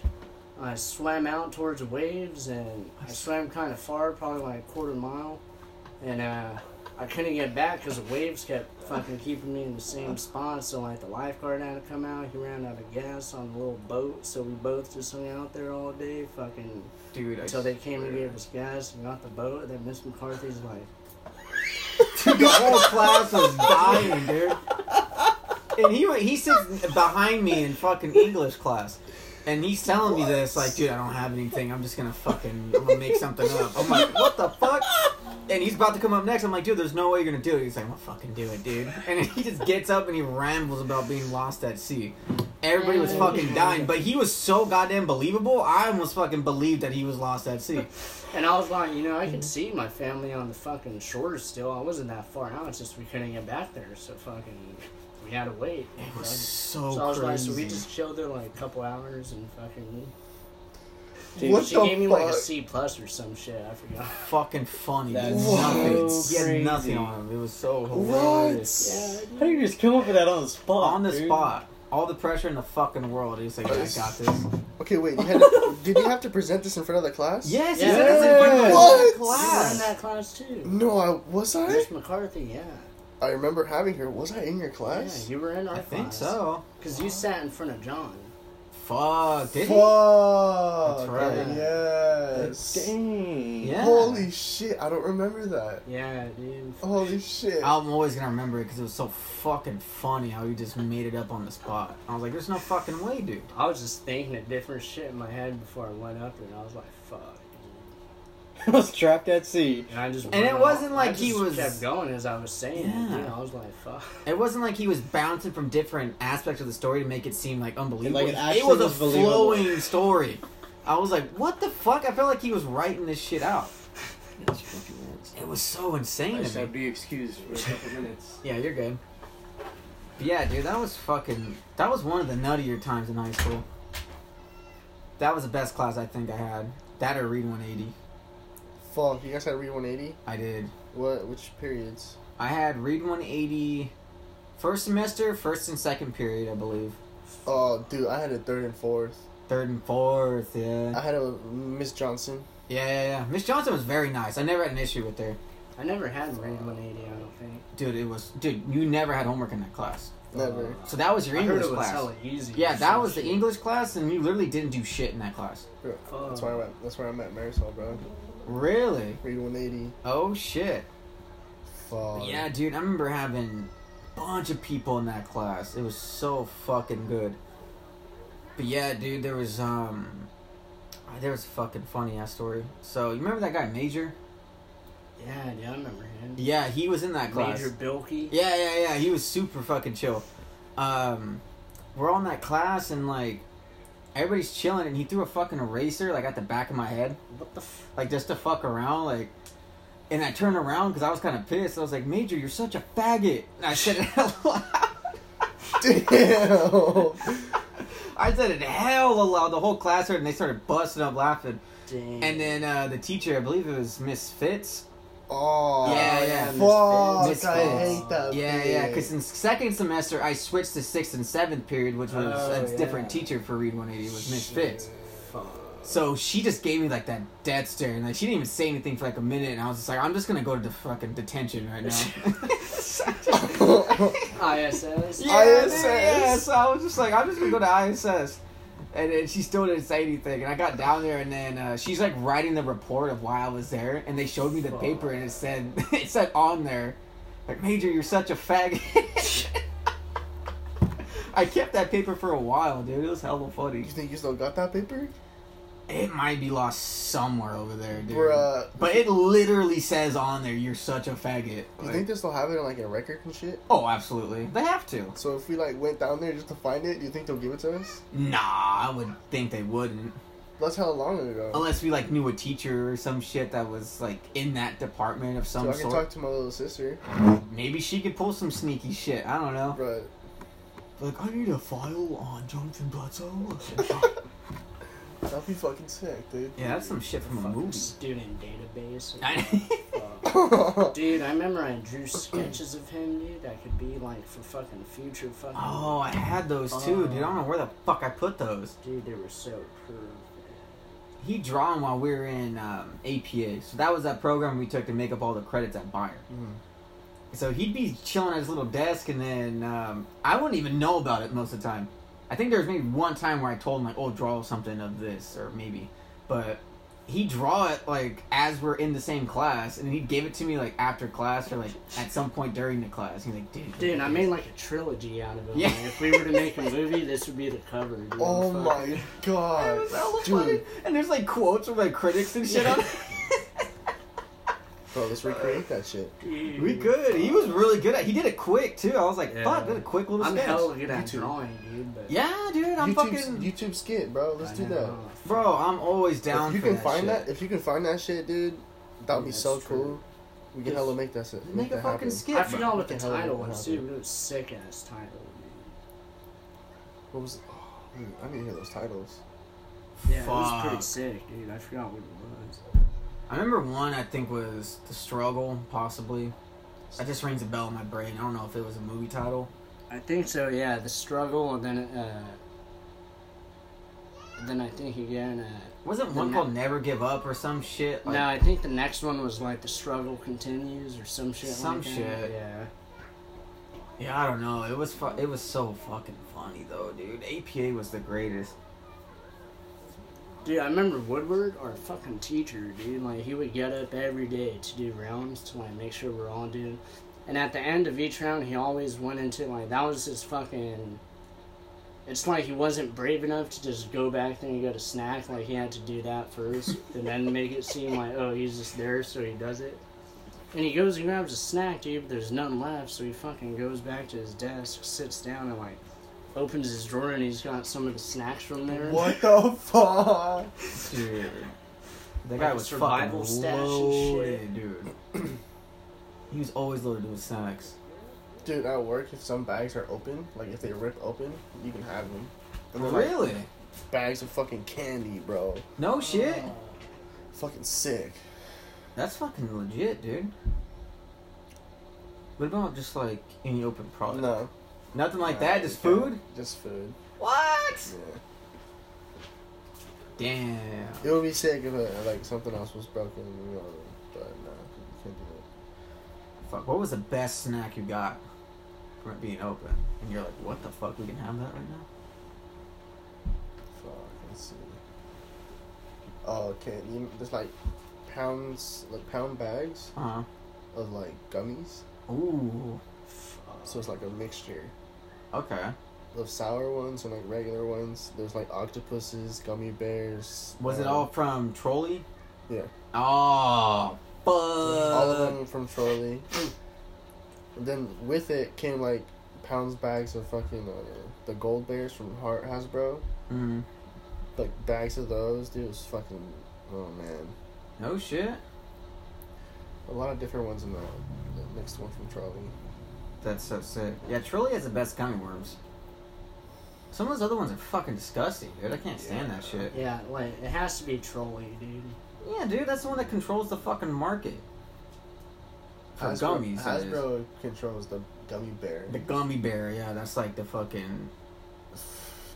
Speaker 4: I swam out towards the waves, and I swam kind of far, probably like a quarter mile. And uh, I couldn't get back because the waves kept fucking keeping me in the same spot. So like the lifeguard had to come out. He ran out of gas on the little boat, so we both just hung out there all day, fucking
Speaker 1: Dude, I
Speaker 4: until they came and gave us gas and got the boat. And then Miss McCarthy's like,
Speaker 1: Dude, the whole class was dying, dude. And he he sits behind me in fucking English class, and he's telling me this like, dude, I don't have anything. I'm just gonna fucking I'm gonna make something up. I'm like, what the fuck? and he's about to come up next. I'm like, dude, there's no way you're gonna do it. He's like, well, fucking do it, dude. And he just gets up and he rambles about being lost at sea. Everybody was fucking dying, but he was so goddamn believable. I almost fucking believed that he was lost at sea.
Speaker 4: And I was like, you know, I could see my family on the fucking shore still. I wasn't that far out. It's just we couldn't get back there, so fucking we had to wait.
Speaker 1: It was
Speaker 4: So
Speaker 1: so,
Speaker 4: I was
Speaker 1: crazy.
Speaker 4: like, so we just chilled there like a couple hours and fucking.
Speaker 3: Dude,
Speaker 2: What
Speaker 4: she
Speaker 2: the
Speaker 4: gave me like a
Speaker 2: fuck?
Speaker 4: C plus or some shit. I forgot.
Speaker 1: fucking funny. Dude.
Speaker 3: That's
Speaker 1: Nothing.
Speaker 3: so
Speaker 1: he had nothing
Speaker 3: crazy.
Speaker 1: on him. It was so hilarious.
Speaker 2: What?
Speaker 3: How do you just come up with that on the spot?
Speaker 1: On the
Speaker 3: dude?
Speaker 1: spot, all the pressure in the fucking world. He's like, I got this.
Speaker 2: Okay, wait. You had to, did you have to present this in front of the class?
Speaker 1: Yes,
Speaker 4: Yeah.
Speaker 1: he said this in front of the
Speaker 2: What?
Speaker 1: whole
Speaker 4: You were in
Speaker 1: class.
Speaker 4: that class too.
Speaker 2: No, I was I.
Speaker 4: Miss McCarthy, yeah.
Speaker 2: I remember having her. Was I in your
Speaker 4: Yeah,
Speaker 2: class?
Speaker 4: you were in our
Speaker 1: I
Speaker 4: class.
Speaker 1: think so.
Speaker 4: Because you sat in front of John.
Speaker 1: Fuck, did he?
Speaker 2: Fuck.
Speaker 1: That's right.
Speaker 2: Yes.
Speaker 3: Dang.
Speaker 1: Yeah.
Speaker 2: Holy shit! I don't remember that.
Speaker 4: Yeah, dude.
Speaker 2: Holy shit.
Speaker 1: I'm always gonna remember it because it was so fucking funny how he just made it up on the spot. I was like, "There's no fucking way, dude."
Speaker 4: I was just thinking of different shit in my head before I went up there, and I was like, fuck.
Speaker 3: I was trapped at sea.
Speaker 4: And I just
Speaker 1: And it
Speaker 4: went
Speaker 1: wasn't
Speaker 4: off-
Speaker 1: like
Speaker 4: I
Speaker 1: he
Speaker 4: just
Speaker 1: was-
Speaker 4: kept going as I was saying. it, You
Speaker 1: Yeah.
Speaker 4: know, I was like, fuck.
Speaker 1: It wasn't like he was bouncing from different aspects of the story to make it seem like unbelievable.
Speaker 3: Like, it actually
Speaker 1: it was a
Speaker 3: was believable.
Speaker 1: flowing story. I was like, "What the fuck?" I felt like he was writing this shit out.
Speaker 3: That's fucking nuts.
Speaker 1: It was so insane
Speaker 3: I
Speaker 1: to me.
Speaker 3: be excused for a couple minutes.
Speaker 1: Yeah, you're good. But yeah, dude, that was fucking. That was one of the nuttier times in high school. That was the best class I think I had. That or read 180.
Speaker 2: Fuck. You guys had to read 180.
Speaker 1: I did.
Speaker 2: What? Which periods?
Speaker 1: I had read 180 first semester, first and second period, I believe.
Speaker 2: Oh, dude, I had a third and fourth.
Speaker 1: Third and fourth,
Speaker 2: I
Speaker 1: yeah.
Speaker 2: had a Miss Johnson.
Speaker 1: Yeah, yeah, yeah. Miss Johnson was very nice. I never had an issue with her.
Speaker 4: I never had Raid 180, I don't think.
Speaker 1: Dude, it was. Dude, you never had homework in that class.
Speaker 2: Never.
Speaker 1: So that was your
Speaker 4: Um, I heard
Speaker 1: English
Speaker 4: it was
Speaker 1: class.
Speaker 4: hella easy.
Speaker 1: Yeah,
Speaker 4: or
Speaker 1: that
Speaker 4: some
Speaker 1: was the
Speaker 4: shit.
Speaker 1: English class, and you literally didn't do shit in that class. Uh,
Speaker 2: That's where I went. That's where I met Marisol, bro.
Speaker 1: Really?
Speaker 2: Read 180.
Speaker 1: Oh, shit.
Speaker 2: Fuck.
Speaker 1: Yeah, dude, I remember having a bunch of people in that class. It was so fucking good. But yeah, dude, there was um there was a fucking funny ass story. So you remember that guy Major?
Speaker 4: Yeah, dude, I remember him.
Speaker 1: Yeah, he was in that class.
Speaker 4: Major Bilkey.
Speaker 1: Yeah, yeah, yeah. He was super fucking chill. Um, we're all in that class and like everybody's chilling and he threw a fucking eraser like at the back of my head.
Speaker 4: What the f-
Speaker 1: like just to fuck around, like. And I turned around because I was kind of pissed. I was like, "Major, you're such a faggot." And I said it out loud.
Speaker 2: Damn.
Speaker 1: I said it hell loud. The whole class heard, and they started busting up laughing.
Speaker 4: Dang.
Speaker 1: And then uh, the teacher, I believe it was Miss Fitz.
Speaker 2: Oh.
Speaker 1: Yeah, yeah, Miss
Speaker 2: Fuck.
Speaker 1: Fitz.
Speaker 2: I
Speaker 1: Miss Fitz.
Speaker 2: hate that.
Speaker 1: yeah,
Speaker 2: bitch.
Speaker 1: yeah. Because in second semester, I switched to sixth and seventh period, which was
Speaker 4: Oh,
Speaker 1: a
Speaker 4: yeah.
Speaker 1: different teacher for Read 180 was Miss Fitz.
Speaker 4: Fuck.
Speaker 1: So she just gave me like that death stare, and like she didn't even say anything for like a minute. And I was just like, "I'm just gonna go to the fucking detention right now."
Speaker 4: ISS.
Speaker 1: Yeah, dude,
Speaker 2: ISS.
Speaker 1: yeah, so I was just like, I'm just gonna go to ISS. And then she still didn't say anything. And I got down there, and then uh, she's like writing the report of why I was there. And they showed me the
Speaker 4: Fuck.
Speaker 1: paper, and it said, it said on there, like, Major, you're such a faggot. I kept that paper for a while, dude. It was hella funny.
Speaker 2: you think you still got that paper,
Speaker 1: It might be lost somewhere over there, dude.
Speaker 2: bruh?
Speaker 1: But it literally says on there, you're such a faggot.
Speaker 2: You
Speaker 1: Like,
Speaker 2: think they still have it on like a record and shit?
Speaker 1: oh, absolutely. They have to.
Speaker 2: So if we like went down there just to find it, do you think they'll give it to us?
Speaker 1: Nah, I would think they wouldn't.
Speaker 2: That's how long ago.
Speaker 1: Unless we like knew a teacher or some shit that was like in that department of
Speaker 2: so
Speaker 1: some
Speaker 2: I can
Speaker 1: sort.
Speaker 2: talk to my little sister,
Speaker 1: Maybe she could pull some sneaky shit. I don't know.
Speaker 2: but
Speaker 1: Like I need a file on Jonathan Bledsoe.
Speaker 2: that'd be fucking sick, dude.
Speaker 1: yeah, that's some shit from a
Speaker 4: Fucking
Speaker 1: movie.
Speaker 4: student database.
Speaker 1: I-
Speaker 4: Fuck. Dude, I remember I drew sketches of him, dude. That could be like for fucking future fucking.
Speaker 1: oh, I had those too, dude. I don't know where the fuck I put those.
Speaker 4: Dude, they were so perfect.
Speaker 1: He drawn while we were in um, APA, so that was that program we took to make up all the credits at Bayer.
Speaker 4: Mm-hmm.
Speaker 2: Mhm.
Speaker 1: So he'd be chilling at his little desk, and then um, I wouldn't even know about it most of the time. I think there was maybe one time where I told him like, "Oh, draw something of this," or maybe, but he would draw it like as we're in the same class, and he would give it to me like after class or like at some point during the class. He's like, "Dude, look
Speaker 4: Dude,
Speaker 1: at
Speaker 4: I
Speaker 1: this."
Speaker 4: made like a trilogy out of it.
Speaker 1: Yeah.
Speaker 4: man. If we were to make a movie, this would be the cover. Dude.
Speaker 2: Oh
Speaker 4: Fuck.
Speaker 2: my
Speaker 1: It
Speaker 2: god,
Speaker 1: was hella funny.
Speaker 2: dude.
Speaker 1: and there's like quotes from like critics and shit on it.
Speaker 2: Bro, let's recreate that shit.
Speaker 1: We could. He was really good at. He did it quick too. I was like,
Speaker 5: Yeah.
Speaker 1: fuck, did a quick little
Speaker 4: I'm
Speaker 1: sketch.
Speaker 4: hella good at
Speaker 2: YouTube.
Speaker 4: drawing, dude. But
Speaker 1: Yeah, dude. I'm
Speaker 2: YouTube,
Speaker 1: fucking.
Speaker 2: YouTube skit, bro. Let's
Speaker 4: I
Speaker 2: do that.
Speaker 4: know.
Speaker 1: Bro, I'm always down.
Speaker 2: if you
Speaker 1: for
Speaker 2: can
Speaker 1: that
Speaker 2: find
Speaker 1: shit.
Speaker 2: that, if you can find that shit, dude, that would be
Speaker 4: That's
Speaker 2: so
Speaker 4: true.
Speaker 2: cool. We can
Speaker 4: Just
Speaker 2: hella make that shit.
Speaker 1: make
Speaker 2: Make,
Speaker 1: a
Speaker 2: that
Speaker 1: fucking
Speaker 2: happen.
Speaker 1: skit.
Speaker 4: I forgot what the
Speaker 2: What the hell did
Speaker 4: title
Speaker 2: that
Speaker 4: was
Speaker 2: happen?
Speaker 4: too. It was sick ass title. dude.
Speaker 2: What was? Oh, dude, I need to hear those titles.
Speaker 4: Yeah, it was pretty
Speaker 1: Fuck.
Speaker 4: sick, dude. I forgot what it was.
Speaker 1: I remember one I think was The Struggle, possibly. That just rings a bell in my brain. I don't know if it was a movie title.
Speaker 4: I think so. Yeah, the struggle, and then uh, then I think again. Uh,
Speaker 1: Wasn't
Speaker 4: The
Speaker 1: one
Speaker 4: ne-
Speaker 1: called Never Give Up or some shit? Like,
Speaker 4: no, I think the next one was like the struggle continues or some shit.
Speaker 1: Some
Speaker 4: like that.
Speaker 1: shit.
Speaker 4: Yeah.
Speaker 1: Yeah, I don't know. It was fu- it was so fucking funny though, dude. APA was the greatest.
Speaker 4: Dude, I remember Woodward, our fucking teacher, dude. Like, he would get up every day to do rounds to, like, make sure we're all doing. And at the end of each round, he always went into, like, that was his fucking. It's like he wasn't brave enough to just go back there and get a snack. Like, he had to do that first and then make it seem like, oh, he's just there, so he does it. And he goes and grabs a snack, dude, but there's none left, so he fucking goes back to his desk, sits down, and, like, opens his drawer, and he's got some of the snacks from there.
Speaker 2: What the fuck?
Speaker 1: Dude. That
Speaker 4: Like
Speaker 1: guy
Speaker 4: a
Speaker 1: was
Speaker 4: survival
Speaker 1: fucking
Speaker 4: stash and
Speaker 1: loaded, dude. he was always loaded with snacks.
Speaker 2: Dude, at work, if some bags are open, like if they rip open, you can have them. And they're like
Speaker 1: Really?
Speaker 2: bags of fucking candy, bro.
Speaker 1: No shit?
Speaker 2: Fucking sick.
Speaker 1: That's fucking legit, dude. What about just like any open product?
Speaker 2: No,
Speaker 1: Nothing like
Speaker 2: Nah,
Speaker 1: that,
Speaker 2: you
Speaker 1: just
Speaker 2: can't.
Speaker 1: food?
Speaker 2: Just food.
Speaker 1: What?
Speaker 2: Yeah.
Speaker 1: Damn.
Speaker 2: It would be sick if uh, like something else was broken, you know, but no, you can't do that.
Speaker 1: Fuck, what was the best snack you got from it being open? And you're like, what the fuck, we can have that right now?
Speaker 2: Fuck, let's see. Oh, okay. You, there's like pounds, like pound bags
Speaker 1: Uh
Speaker 2: of like gummies.
Speaker 1: huh. Ooh.
Speaker 2: So it's like a mixture
Speaker 1: Okay.
Speaker 2: of sour ones and like regular ones. There's like octopuses, gummy bears.
Speaker 1: Was it
Speaker 2: um,
Speaker 1: all from Trolley?
Speaker 2: Yeah.
Speaker 1: Oh, fuck.
Speaker 2: all of them from Trolley. And then with it came like pounds bags of fucking uh, the gold bears from Heart Hasbro.
Speaker 1: Mm.
Speaker 2: Like bags of those, dude. It was fucking. Oh man,
Speaker 1: No shit.
Speaker 2: a lot of different ones in the, the next one from Trolley.
Speaker 1: That's so sick. Yeah, Trolley has the best gummy worms. Some of those other ones are fucking disgusting, dude. I can't stand that shit.
Speaker 4: Yeah, like it has to be trolley, dude.
Speaker 1: Yeah, dude, that's the one that controls the fucking market. For
Speaker 2: Hasbro,
Speaker 1: gummies. that is.
Speaker 2: Hasbro controls the gummy bear.
Speaker 1: The gummy bear, yeah, that's like the fucking.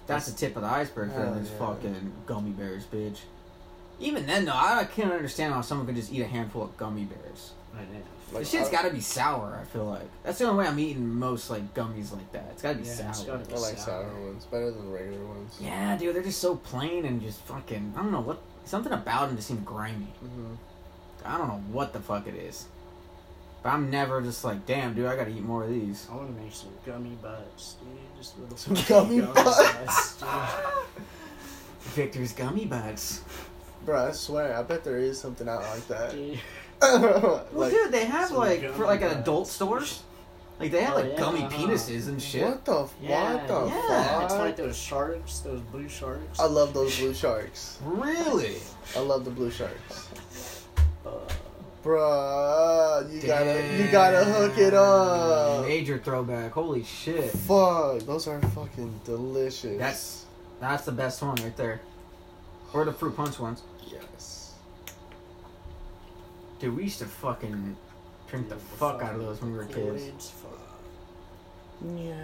Speaker 1: That's the tip of the iceberg for
Speaker 2: Oh,
Speaker 1: those
Speaker 2: yeah.
Speaker 1: fucking gummy bears, bitch. Even then, though, I can't understand how someone could just eat a handful of gummy bears.
Speaker 4: But yeah.
Speaker 1: This shit's
Speaker 2: I-
Speaker 1: got to be sour. I feel like that's the only way I'm eating most like gummies like that. It's got to be
Speaker 4: Yeah, it's
Speaker 1: sour.
Speaker 4: gotta be
Speaker 2: I like
Speaker 4: sour.
Speaker 2: sour ones better than regular ones.
Speaker 1: Yeah, dude, they're just so plain and just fucking. I don't know what something about them just seemed grimy.
Speaker 2: hmm
Speaker 1: I don't know what the fuck it is. But I'm never just like, damn, dude, I gotta eat more of these.
Speaker 4: I want to make some gummy butts, dude. Just little
Speaker 2: Some
Speaker 4: fucking
Speaker 2: gummy
Speaker 4: butts, dude.
Speaker 1: Victor's gummy butts.
Speaker 2: Bro, I swear, I bet there is something out like that.
Speaker 4: Dude,
Speaker 1: Well,
Speaker 2: like,
Speaker 1: dude, they have
Speaker 4: some
Speaker 1: like
Speaker 4: gummy
Speaker 1: for like an
Speaker 4: bears.
Speaker 1: adult stores, like they have
Speaker 4: Oh,
Speaker 1: like
Speaker 4: yeah.
Speaker 1: gummy penises and shit.
Speaker 2: what the
Speaker 4: Yeah,
Speaker 2: what the
Speaker 1: yeah,
Speaker 2: fuck?
Speaker 4: it's like those sharks, those blue sharks.
Speaker 2: I love those blue sharks.
Speaker 1: Really?
Speaker 2: I love the blue sharks.
Speaker 4: Uh,
Speaker 2: Bruh, you gotta you gotta hook it up.
Speaker 1: Major throwback. Holy shit.
Speaker 2: Fuck, those are fucking delicious.
Speaker 1: That's- That's the best one right there. Or the fruit punch ones.
Speaker 2: yes.
Speaker 1: Dude, we used to fucking drink the fuck out of those when we were kids.
Speaker 4: Kool-Aids, fuck.
Speaker 3: Yeah.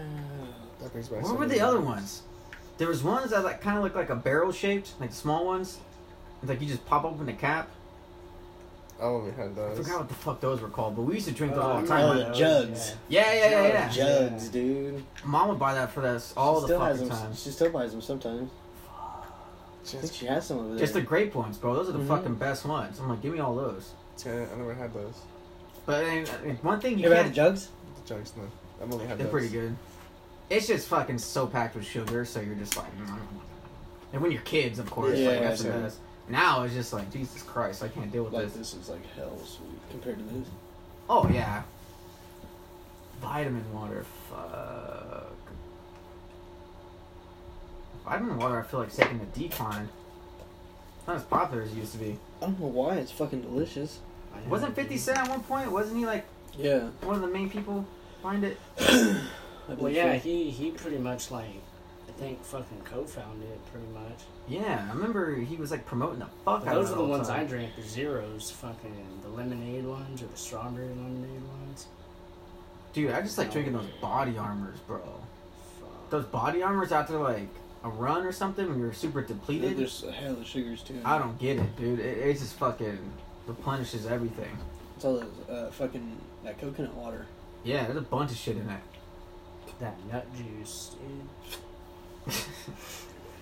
Speaker 2: That brings back.
Speaker 1: What
Speaker 2: so
Speaker 1: were
Speaker 2: many
Speaker 1: the other
Speaker 2: memories.
Speaker 1: ones? There was ones that like kind of looked like a barrel shaped, like small ones. It's like you just pop open the cap.
Speaker 2: I only had
Speaker 1: I
Speaker 2: those.
Speaker 1: forgot what the fuck those were called, but we used to drink those
Speaker 4: Oh,
Speaker 1: all the
Speaker 4: I
Speaker 1: time.
Speaker 3: Oh,
Speaker 4: remember
Speaker 3: the
Speaker 4: those,
Speaker 3: jugs.
Speaker 1: yeah, yeah, yeah, yeah.
Speaker 4: Yeah.
Speaker 3: Jugs, dude.
Speaker 1: Mom would buy that for us all
Speaker 3: she
Speaker 1: the
Speaker 3: still has
Speaker 1: fucking
Speaker 3: them.
Speaker 1: time.
Speaker 3: She still buys them sometimes. I think
Speaker 2: Just,
Speaker 3: she has some over there.
Speaker 1: Just the grape ones, bro. Those are the
Speaker 3: Mhm.
Speaker 1: fucking best ones. I'm like, give me all those.
Speaker 2: yeah, I never had those.
Speaker 1: But I mean, I mean, one thing
Speaker 3: you
Speaker 1: you
Speaker 3: ever had the
Speaker 1: can't.
Speaker 3: jugs?
Speaker 2: The jokes, no. I've only had
Speaker 1: They're
Speaker 2: those.
Speaker 1: pretty good. It's just fucking so packed with sugar, so you're just like. mm. And when you're kids, of course,
Speaker 2: Yeah,
Speaker 1: like, that's
Speaker 3: sure.
Speaker 1: the best. Now it's just like Jesus Christ, I can't deal with
Speaker 3: Like
Speaker 1: this.
Speaker 3: this is like hell sweet compared to this.
Speaker 1: Oh yeah. Vitamin water, fuck. Vitamin water, I feel like is taking a decline. Not as popular as it used to be.
Speaker 3: I don't know why it's fucking delicious.
Speaker 4: I know
Speaker 1: Wasn't
Speaker 4: it
Speaker 1: 50
Speaker 4: is.
Speaker 1: Cent at one point? Wasn't he like
Speaker 3: Yeah.
Speaker 1: one of the main people behind it?
Speaker 3: I
Speaker 4: Well,
Speaker 3: believe
Speaker 4: yeah,
Speaker 3: so.
Speaker 4: he he pretty much like I think fucking co-founded it pretty much.
Speaker 1: Yeah, I remember he was like promoting the fuck out of
Speaker 4: Those
Speaker 1: it
Speaker 4: are the
Speaker 1: all
Speaker 4: ones I
Speaker 1: time.
Speaker 4: drank. The zeros, fucking the lemonade ones or the strawberry lemonade ones.
Speaker 1: Dude, I just like drinking those body armors, bro.
Speaker 4: Fuck.
Speaker 1: Those body armors after like a run or something when you're super depleted.
Speaker 3: There's a hell of sugars too.
Speaker 1: I don't get it, dude. It, it just fucking replenishes everything.
Speaker 3: It's all those uh, fucking that coconut water.
Speaker 1: Yeah, there's a bunch of shit in it.
Speaker 4: That nut juice, dude.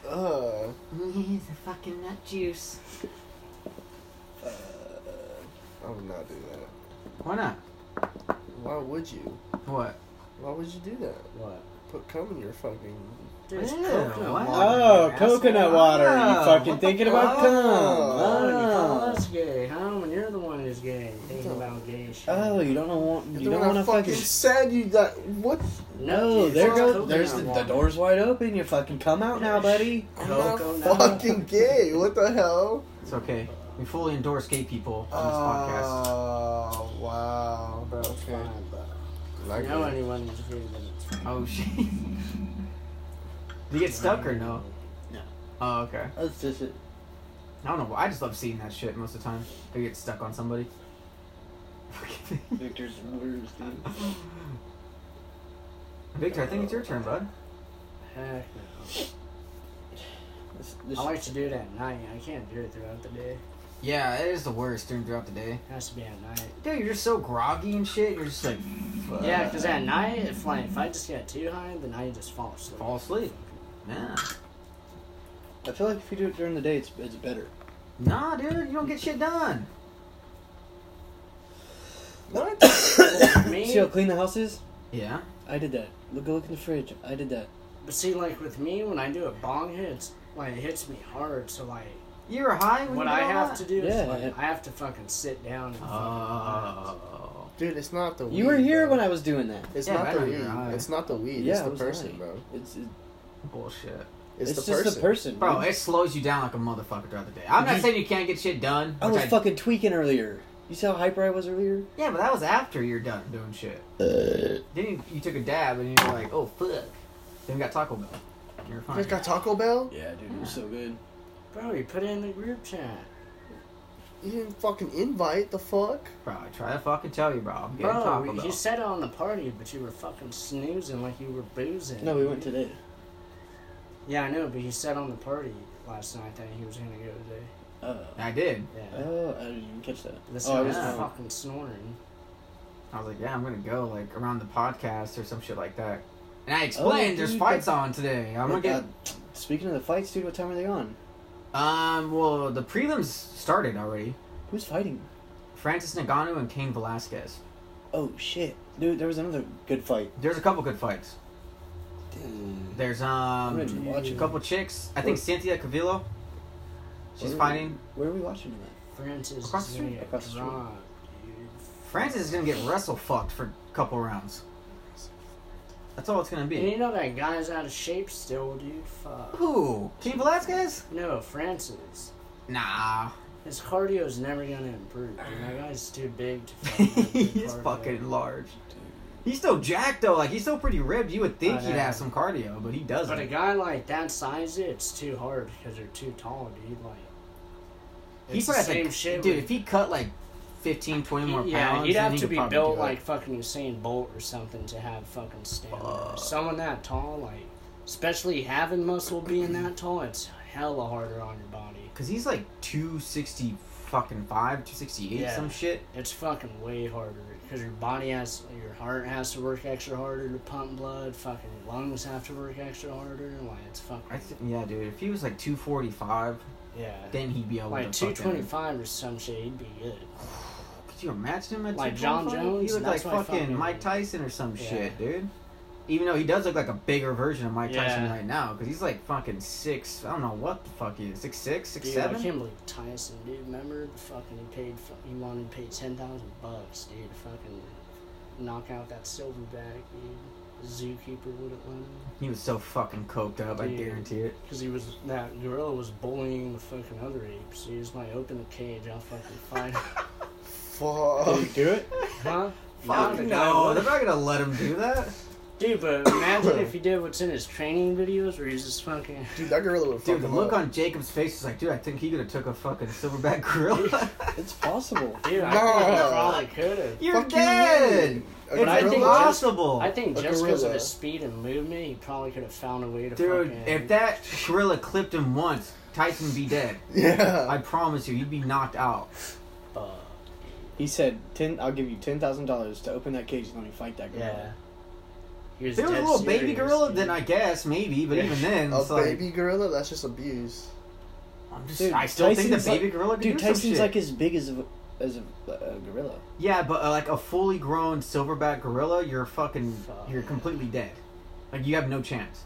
Speaker 2: Uh,
Speaker 1: He's a fucking nut juice.
Speaker 3: Uh,
Speaker 2: I would not do that.
Speaker 1: Why not?
Speaker 2: Why would you?
Speaker 1: What?
Speaker 2: Why would you do that?
Speaker 4: What?
Speaker 2: Put cum in your fucking.
Speaker 4: Dude, it's
Speaker 1: Ew,
Speaker 4: coconut
Speaker 1: what?
Speaker 4: water.
Speaker 3: oh,
Speaker 1: Asshole.
Speaker 3: coconut water.
Speaker 1: Oh,
Speaker 3: you fucking
Speaker 1: what the
Speaker 3: thinking about
Speaker 1: fuck?
Speaker 3: cum?
Speaker 4: Oh, and you call
Speaker 3: Oh.
Speaker 4: us gay, huh? When you're the one who's gay, thinking
Speaker 2: No.
Speaker 4: about gay shit.
Speaker 3: Oh, you don't want you don't
Speaker 2: when I
Speaker 3: want to fucking.
Speaker 2: said you that. What?
Speaker 3: No,
Speaker 4: juice,
Speaker 3: there
Speaker 4: it's
Speaker 3: go.
Speaker 4: coconut
Speaker 3: There's the, the
Speaker 4: water.
Speaker 3: door's wide open. You fucking come out now, buddy.
Speaker 2: I'm not
Speaker 4: Coconut.
Speaker 2: fucking gay. What the hell?
Speaker 1: It's okay. We fully endorse gay people on this podcast.
Speaker 2: Oh wow. Okay.
Speaker 4: Fine, but
Speaker 2: Like
Speaker 4: know
Speaker 2: it.
Speaker 4: anyone who's gay, then it's fine.
Speaker 1: Oh shit. Do you get stuck or no?
Speaker 3: No.
Speaker 1: Oh okay.
Speaker 3: That's just it.
Speaker 1: I don't know. I just love seeing that shit most of the time. They get stuck on somebody.
Speaker 3: Victor's words, dude.
Speaker 1: Victor, I think it's your turn, bud.
Speaker 4: Heck
Speaker 3: This,
Speaker 4: no. I like to do it at night. I can't do it throughout the day.
Speaker 1: Yeah, it is the worst during throughout the day.
Speaker 4: It has to be at night.
Speaker 1: Dude, you're just so groggy and shit. You're just like
Speaker 4: Yeah, because at night, if like if I just get too high, then I just fall asleep.
Speaker 1: fall asleep. Nah.
Speaker 3: I feel like if you do it during the day, it's it's better.
Speaker 1: Nah, dude, you don't get shit done.
Speaker 2: What?
Speaker 4: Me,
Speaker 3: See how clean the house is?
Speaker 1: Yeah.
Speaker 3: I did that. Look, go look in the fridge. I did that.
Speaker 4: but see, like with me, when I do a bong hit, it's, like it hits me hard. So like,
Speaker 1: You were high when
Speaker 4: what
Speaker 1: you
Speaker 4: I
Speaker 1: did all that?
Speaker 4: have to do
Speaker 3: Yeah. Ah.
Speaker 4: is like, I have to fucking sit down. And fucking relax.
Speaker 1: Oh.
Speaker 2: Dude, it's not the.
Speaker 3: You were
Speaker 2: weed,
Speaker 3: here
Speaker 2: bro.
Speaker 3: when I was doing that.
Speaker 2: It's
Speaker 1: Yeah,
Speaker 2: not
Speaker 1: I
Speaker 2: the
Speaker 1: know you're
Speaker 2: weed.
Speaker 1: high.
Speaker 2: It's not the weed.
Speaker 3: Yeah,
Speaker 2: it's
Speaker 3: I
Speaker 2: the
Speaker 3: was
Speaker 2: person,
Speaker 3: high.
Speaker 2: bro.
Speaker 3: It's it's,
Speaker 1: Bullshit.
Speaker 2: It's, the
Speaker 3: just
Speaker 2: person.
Speaker 3: the person,
Speaker 1: Bro,
Speaker 3: dude.
Speaker 1: it slows you down like a motherfucker throughout the day. I'm
Speaker 3: Did
Speaker 1: not
Speaker 3: you-
Speaker 1: saying you Oh, can't get shit done.
Speaker 3: I
Speaker 1: which
Speaker 3: was fucking tweaking earlier. You see how hyper I was earlier?
Speaker 1: Yeah, but that was after you're done doing shit. Then you, you took a dab and you're like, oh fuck. Then we got Taco Bell. You're
Speaker 2: You
Speaker 1: fine.
Speaker 2: guys got Taco Bell?
Speaker 3: yeah, dude, it was so good.
Speaker 4: Bro, you put it in the group chat.
Speaker 2: You didn't fucking invite the fuck.
Speaker 1: Bro, I try to fucking tell you, bro. I'm getting Taco
Speaker 4: Bro,
Speaker 1: Bell.
Speaker 4: you said it on the party, but you were fucking snoozing like you were boozing.
Speaker 3: No, we went today.
Speaker 4: Yeah, I know, but he said on the party last night that he was gonna go today.
Speaker 3: Uh,
Speaker 1: I did.
Speaker 4: Yeah.
Speaker 3: oh, I didn't even catch that.
Speaker 4: This
Speaker 3: Oh, I
Speaker 4: guy
Speaker 3: was
Speaker 4: was
Speaker 1: yeah.
Speaker 3: wrong.
Speaker 4: fucking snoring.
Speaker 1: I was like, yeah, I'm gonna go like around the podcast or some shit like that. And I explained there's
Speaker 3: dude,
Speaker 1: fights
Speaker 3: but-
Speaker 1: on today. I'm gonna
Speaker 3: Look,
Speaker 1: get
Speaker 3: uh, Speaking of the fights, dude, what time are they on?
Speaker 1: um well the prelims started already.
Speaker 3: Who's fighting?
Speaker 1: Francis Nagano and Cain Velasquez.
Speaker 3: Oh shit, dude, there was another good fight.
Speaker 1: There's a couple good fights.
Speaker 3: Dude.
Speaker 1: There's
Speaker 3: I'm
Speaker 1: um
Speaker 3: gonna be
Speaker 1: a
Speaker 3: watching.
Speaker 1: couple chicks. I think Cynthia Cavillo. She's fighting.
Speaker 3: Where are we watching them at?
Speaker 4: Francis
Speaker 1: Across the
Speaker 4: is gonna
Speaker 1: street?
Speaker 4: get
Speaker 3: Across the street.
Speaker 4: robbed, dude.
Speaker 1: Francis is gonna get wrestle fucked for a couple rounds. That's all it's gonna
Speaker 4: And you
Speaker 1: be.
Speaker 4: know that guy's out of shape still, dude. Fuck.
Speaker 1: Who? Cain Velasquez?
Speaker 4: No, Francis.
Speaker 1: Nah.
Speaker 4: His cardio's never gonna improve. Dude. That guy's too big to fucking. have good
Speaker 1: he's
Speaker 4: cardio.
Speaker 1: fucking large. He's still jacked though. Like he's still pretty ripped. You would think
Speaker 4: I
Speaker 1: he'd
Speaker 4: know.
Speaker 1: have some cardio, but he doesn't.
Speaker 4: But a guy like that size, it's too hard because they're too tall, dude. Like.
Speaker 1: He
Speaker 4: It's the
Speaker 1: probably has, like,
Speaker 4: same shit.
Speaker 1: Dude,
Speaker 4: with-
Speaker 1: if he cut like 15, 20 more pounds,
Speaker 4: he- yeah, he'd
Speaker 1: then
Speaker 4: have
Speaker 1: he
Speaker 4: to
Speaker 1: could
Speaker 4: be
Speaker 1: probably
Speaker 4: built
Speaker 1: do it.
Speaker 4: like fucking Usain Bolt or something to have fucking stamina.
Speaker 1: Fuck.
Speaker 4: Someone that tall, like, especially having muscle being that tall, it's hella harder on your body.
Speaker 1: Cause he's like two sixty fucking five, two sixty eight,
Speaker 4: Yeah.
Speaker 1: some shit.
Speaker 4: It's fucking way harder because your body has, your heart has to work extra harder to pump blood. Fucking your lungs have to work extra harder. Like it's fucking
Speaker 1: I th- yeah, dude. If he was like two forty five,
Speaker 4: yeah.
Speaker 1: then he'd be able
Speaker 4: Like
Speaker 1: to.
Speaker 4: two
Speaker 1: fucking-
Speaker 4: twenty five or some shit, he'd be good.
Speaker 1: Could you imagine him at
Speaker 4: Like John
Speaker 1: 225?
Speaker 4: Jones,
Speaker 1: He looked like
Speaker 4: that's my
Speaker 1: fucking
Speaker 4: fucking-
Speaker 1: Mike Tyson or some
Speaker 4: Yeah.
Speaker 1: shit, dude. Even though he does look like a bigger version of Mike Tyson
Speaker 5: Yeah.
Speaker 1: right now, because he's like fucking six. I don't know what the fuck he is. Six six, six
Speaker 4: Dude, I
Speaker 1: seven.
Speaker 4: can't believe Tyson, dude. Remember the fucking he paid, fu- he wanted to pay ten thousand bucks, dude. to Fucking knock out that silverback, dude. The zookeeper wouldn't let him
Speaker 1: He was so fucking coked up. I
Speaker 4: Dude.
Speaker 1: guarantee it.
Speaker 4: because he was that gorilla was bullying the fucking other apes. He was like, open the cage, I'll fucking fight. him."
Speaker 2: Fuck.
Speaker 3: do it?
Speaker 4: huh?
Speaker 1: Fuck
Speaker 4: the guy
Speaker 1: no,
Speaker 4: would.
Speaker 1: they're not gonna let him do that.
Speaker 4: Dude, but imagine if he did what's in his training videos where he's just fucking.
Speaker 2: Dude, that gorilla would fuck
Speaker 1: Dude, the
Speaker 2: him
Speaker 1: look
Speaker 2: up.
Speaker 1: on Jacob's face is like, dude, I think he could have took a fucking silverback gorilla.
Speaker 3: It's possible.
Speaker 4: Dude, I
Speaker 2: No.
Speaker 4: think he probably could have.
Speaker 1: You're
Speaker 2: Fuck you.
Speaker 1: dead.
Speaker 2: A
Speaker 1: It's
Speaker 4: But I
Speaker 2: gorilla?
Speaker 4: think
Speaker 1: impossible.
Speaker 4: I think
Speaker 2: A
Speaker 4: just because of
Speaker 2: gorilla.
Speaker 4: his speed and movement, he probably could have found a way to
Speaker 1: Dude,
Speaker 4: fucking.
Speaker 1: if that gorilla clipped him once, Tyson be dead.
Speaker 2: Yeah.
Speaker 1: I promise you, you'd be knocked out.
Speaker 4: Uh,
Speaker 3: He said, 10 I'll give you $10,000 to open that cage and let me fight that gorilla.
Speaker 4: yeah. He was
Speaker 1: If it was a
Speaker 4: dead
Speaker 1: little baby
Speaker 4: serious,
Speaker 1: gorilla,
Speaker 4: dude.
Speaker 1: then I guess maybe. But
Speaker 4: Yeah.
Speaker 1: even then,
Speaker 2: a
Speaker 1: it's like
Speaker 2: baby gorilla? That's just abuse.
Speaker 1: I'm just,
Speaker 3: Dude,
Speaker 1: I still think
Speaker 3: Tyson's
Speaker 1: the baby
Speaker 3: like-
Speaker 1: gorilla could
Speaker 3: Dude,
Speaker 1: do some
Speaker 3: Tyson's
Speaker 1: shit.
Speaker 3: like as big as a, as a, a gorilla.
Speaker 1: yeah, but uh, like a fully grown silverback gorilla, you're fucking,
Speaker 4: Fuck.
Speaker 1: you're completely dead. Like you have no chance.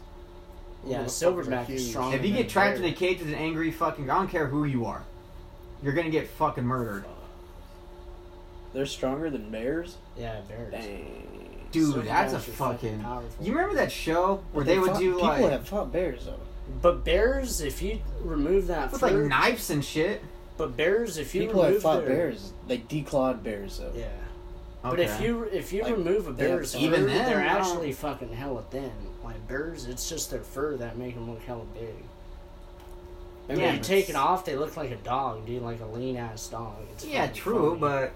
Speaker 4: Yeah,
Speaker 2: Motherfuckers
Speaker 4: silverback
Speaker 2: are
Speaker 4: is
Speaker 2: huge.
Speaker 4: strong.
Speaker 1: If you get trapped in a cage with an angry fucking, I don't care who you are, you're gonna get fucking murdered.
Speaker 3: They're stronger than bears?
Speaker 4: Yeah, bears.
Speaker 3: Dang.
Speaker 1: Dude,
Speaker 4: Silverbacks
Speaker 1: that's a
Speaker 4: are fucking
Speaker 1: fucking.
Speaker 4: powerful.
Speaker 1: You remember that show where they, would
Speaker 3: fought-
Speaker 1: do
Speaker 3: People
Speaker 1: like
Speaker 3: have fought bears, though.
Speaker 4: But bears, if you remove that
Speaker 1: with
Speaker 4: fur,
Speaker 1: like knives and shit?
Speaker 4: but bears, if you
Speaker 3: People have
Speaker 4: remove
Speaker 3: fought
Speaker 4: their,
Speaker 3: bears. Like, declawed bears, though.
Speaker 4: yeah. But
Speaker 1: Okay.
Speaker 4: if you if you
Speaker 3: Like,
Speaker 4: remove a
Speaker 3: they have
Speaker 4: bear's
Speaker 3: fur.
Speaker 1: Even
Speaker 4: fur,
Speaker 1: then,
Speaker 4: they're
Speaker 1: I don't-
Speaker 4: actually fucking hella thin. Like bears, it's just their fur that make them look hella big.
Speaker 3: Remember
Speaker 4: yeah,
Speaker 1: Yeah,
Speaker 4: you
Speaker 1: but-
Speaker 4: take it off, they look like a dog, dude, like a lean ass dog. It's
Speaker 1: yeah,
Speaker 4: fucking
Speaker 1: true,
Speaker 4: funny.
Speaker 1: but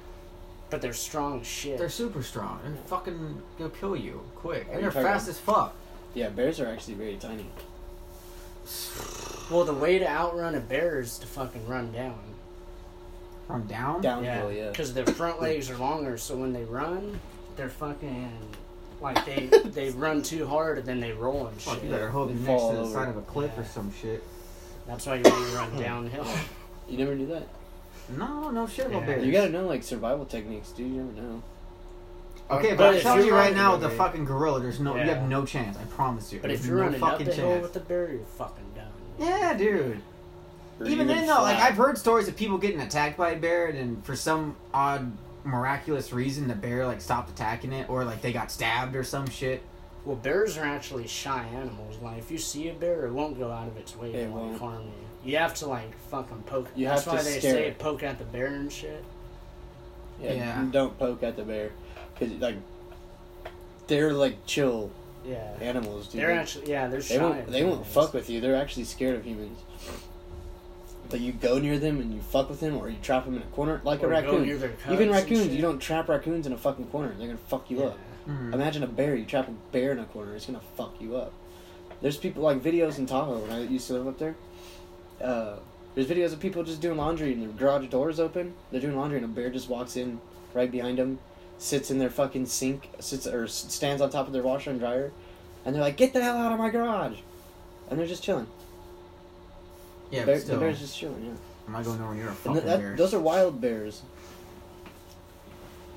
Speaker 4: but they're strong as shit.
Speaker 1: they're super strong and fucking they'll kill you quick, and
Speaker 3: Are you
Speaker 1: they're
Speaker 3: talking
Speaker 1: fast
Speaker 3: about-
Speaker 1: as fuck.
Speaker 3: Yeah, bears are actually very tiny.
Speaker 4: well, the way to outrun a bear is to fucking run down.
Speaker 1: From down.
Speaker 3: Downhill, Oh, yeah.
Speaker 4: because their front legs are longer, so when they run, they're fucking like they they run too hard and then they roll and
Speaker 1: Fuck,
Speaker 4: shit.
Speaker 1: you better hope
Speaker 3: They
Speaker 1: you're next to
Speaker 3: fall
Speaker 1: the
Speaker 3: over.
Speaker 1: side of a cliff or
Speaker 4: Yeah.
Speaker 1: some shit.
Speaker 4: That's why you want to run downhill.
Speaker 3: You never knew that.
Speaker 1: No, no shit about
Speaker 4: Yeah.
Speaker 1: bears.
Speaker 3: You gotta know, like, survival techniques, dude. You never know.
Speaker 1: okay, but,
Speaker 4: But
Speaker 1: I'm
Speaker 4: if
Speaker 1: telling
Speaker 4: you're
Speaker 1: you right
Speaker 4: running
Speaker 1: now,
Speaker 2: with
Speaker 1: with the
Speaker 2: a bear-
Speaker 1: fucking gorilla, there's no, you
Speaker 4: Yeah.
Speaker 1: have no chance. I promise you.
Speaker 4: But
Speaker 1: There's
Speaker 4: if you're
Speaker 1: no
Speaker 4: running up
Speaker 1: fucking
Speaker 4: the hill
Speaker 1: chance.
Speaker 4: with the bear, you're fucking done.
Speaker 1: yeah, dude.
Speaker 3: Or
Speaker 1: Even then, though, like
Speaker 3: flat.
Speaker 1: I've heard stories of people getting attacked by a bear, and then for some odd miraculous reason, the bear like stopped attacking it, or like they got stabbed or some shit.
Speaker 4: Well, bears are actually shy animals. Like if you see a bear, it won't go out of its way
Speaker 3: It
Speaker 4: to like
Speaker 3: won't.
Speaker 4: harm you. You have to like fucking poke.
Speaker 3: You
Speaker 4: That's
Speaker 3: have
Speaker 4: why
Speaker 3: to
Speaker 4: they
Speaker 3: scare
Speaker 4: say
Speaker 3: it.
Speaker 4: poke at the bear and shit.
Speaker 3: Yeah,
Speaker 1: Yeah.
Speaker 3: you don't poke at the bear because like they're like chill
Speaker 4: Yeah,
Speaker 3: animals, dude.
Speaker 4: they're actually yeah they're shy.
Speaker 3: they won't they won't
Speaker 4: animals.
Speaker 3: fuck with you. They're actually scared of humans. But you go near them and you fuck with them, or you trap them in a corner like
Speaker 4: Or
Speaker 3: a
Speaker 4: go
Speaker 3: raccoon.
Speaker 4: near their cubs
Speaker 3: Even
Speaker 4: and
Speaker 3: raccoons, you
Speaker 4: shit.
Speaker 3: don't trap raccoons in a fucking corner. They're gonna fuck you
Speaker 4: Yeah.
Speaker 3: up. Imagine a bear. You trap a bear in a corner. It's gonna fuck you up. There's people like videos in Tahoe when I used to live up there. Uh, there's videos of people just doing laundry and their garage doors open. They're doing laundry and a bear just walks in right behind them, sits in their fucking sink, sits or s- stands on top of their washer and dryer, and they're like, "Get the hell out of my garage!" And they're just chilling.
Speaker 1: Yeah, but
Speaker 3: Bear- the
Speaker 1: still,
Speaker 3: bear's just chilling. Yeah.
Speaker 1: am I going over here? A
Speaker 3: And
Speaker 1: fucking
Speaker 3: th- that-
Speaker 1: bear.
Speaker 3: those are wild bears.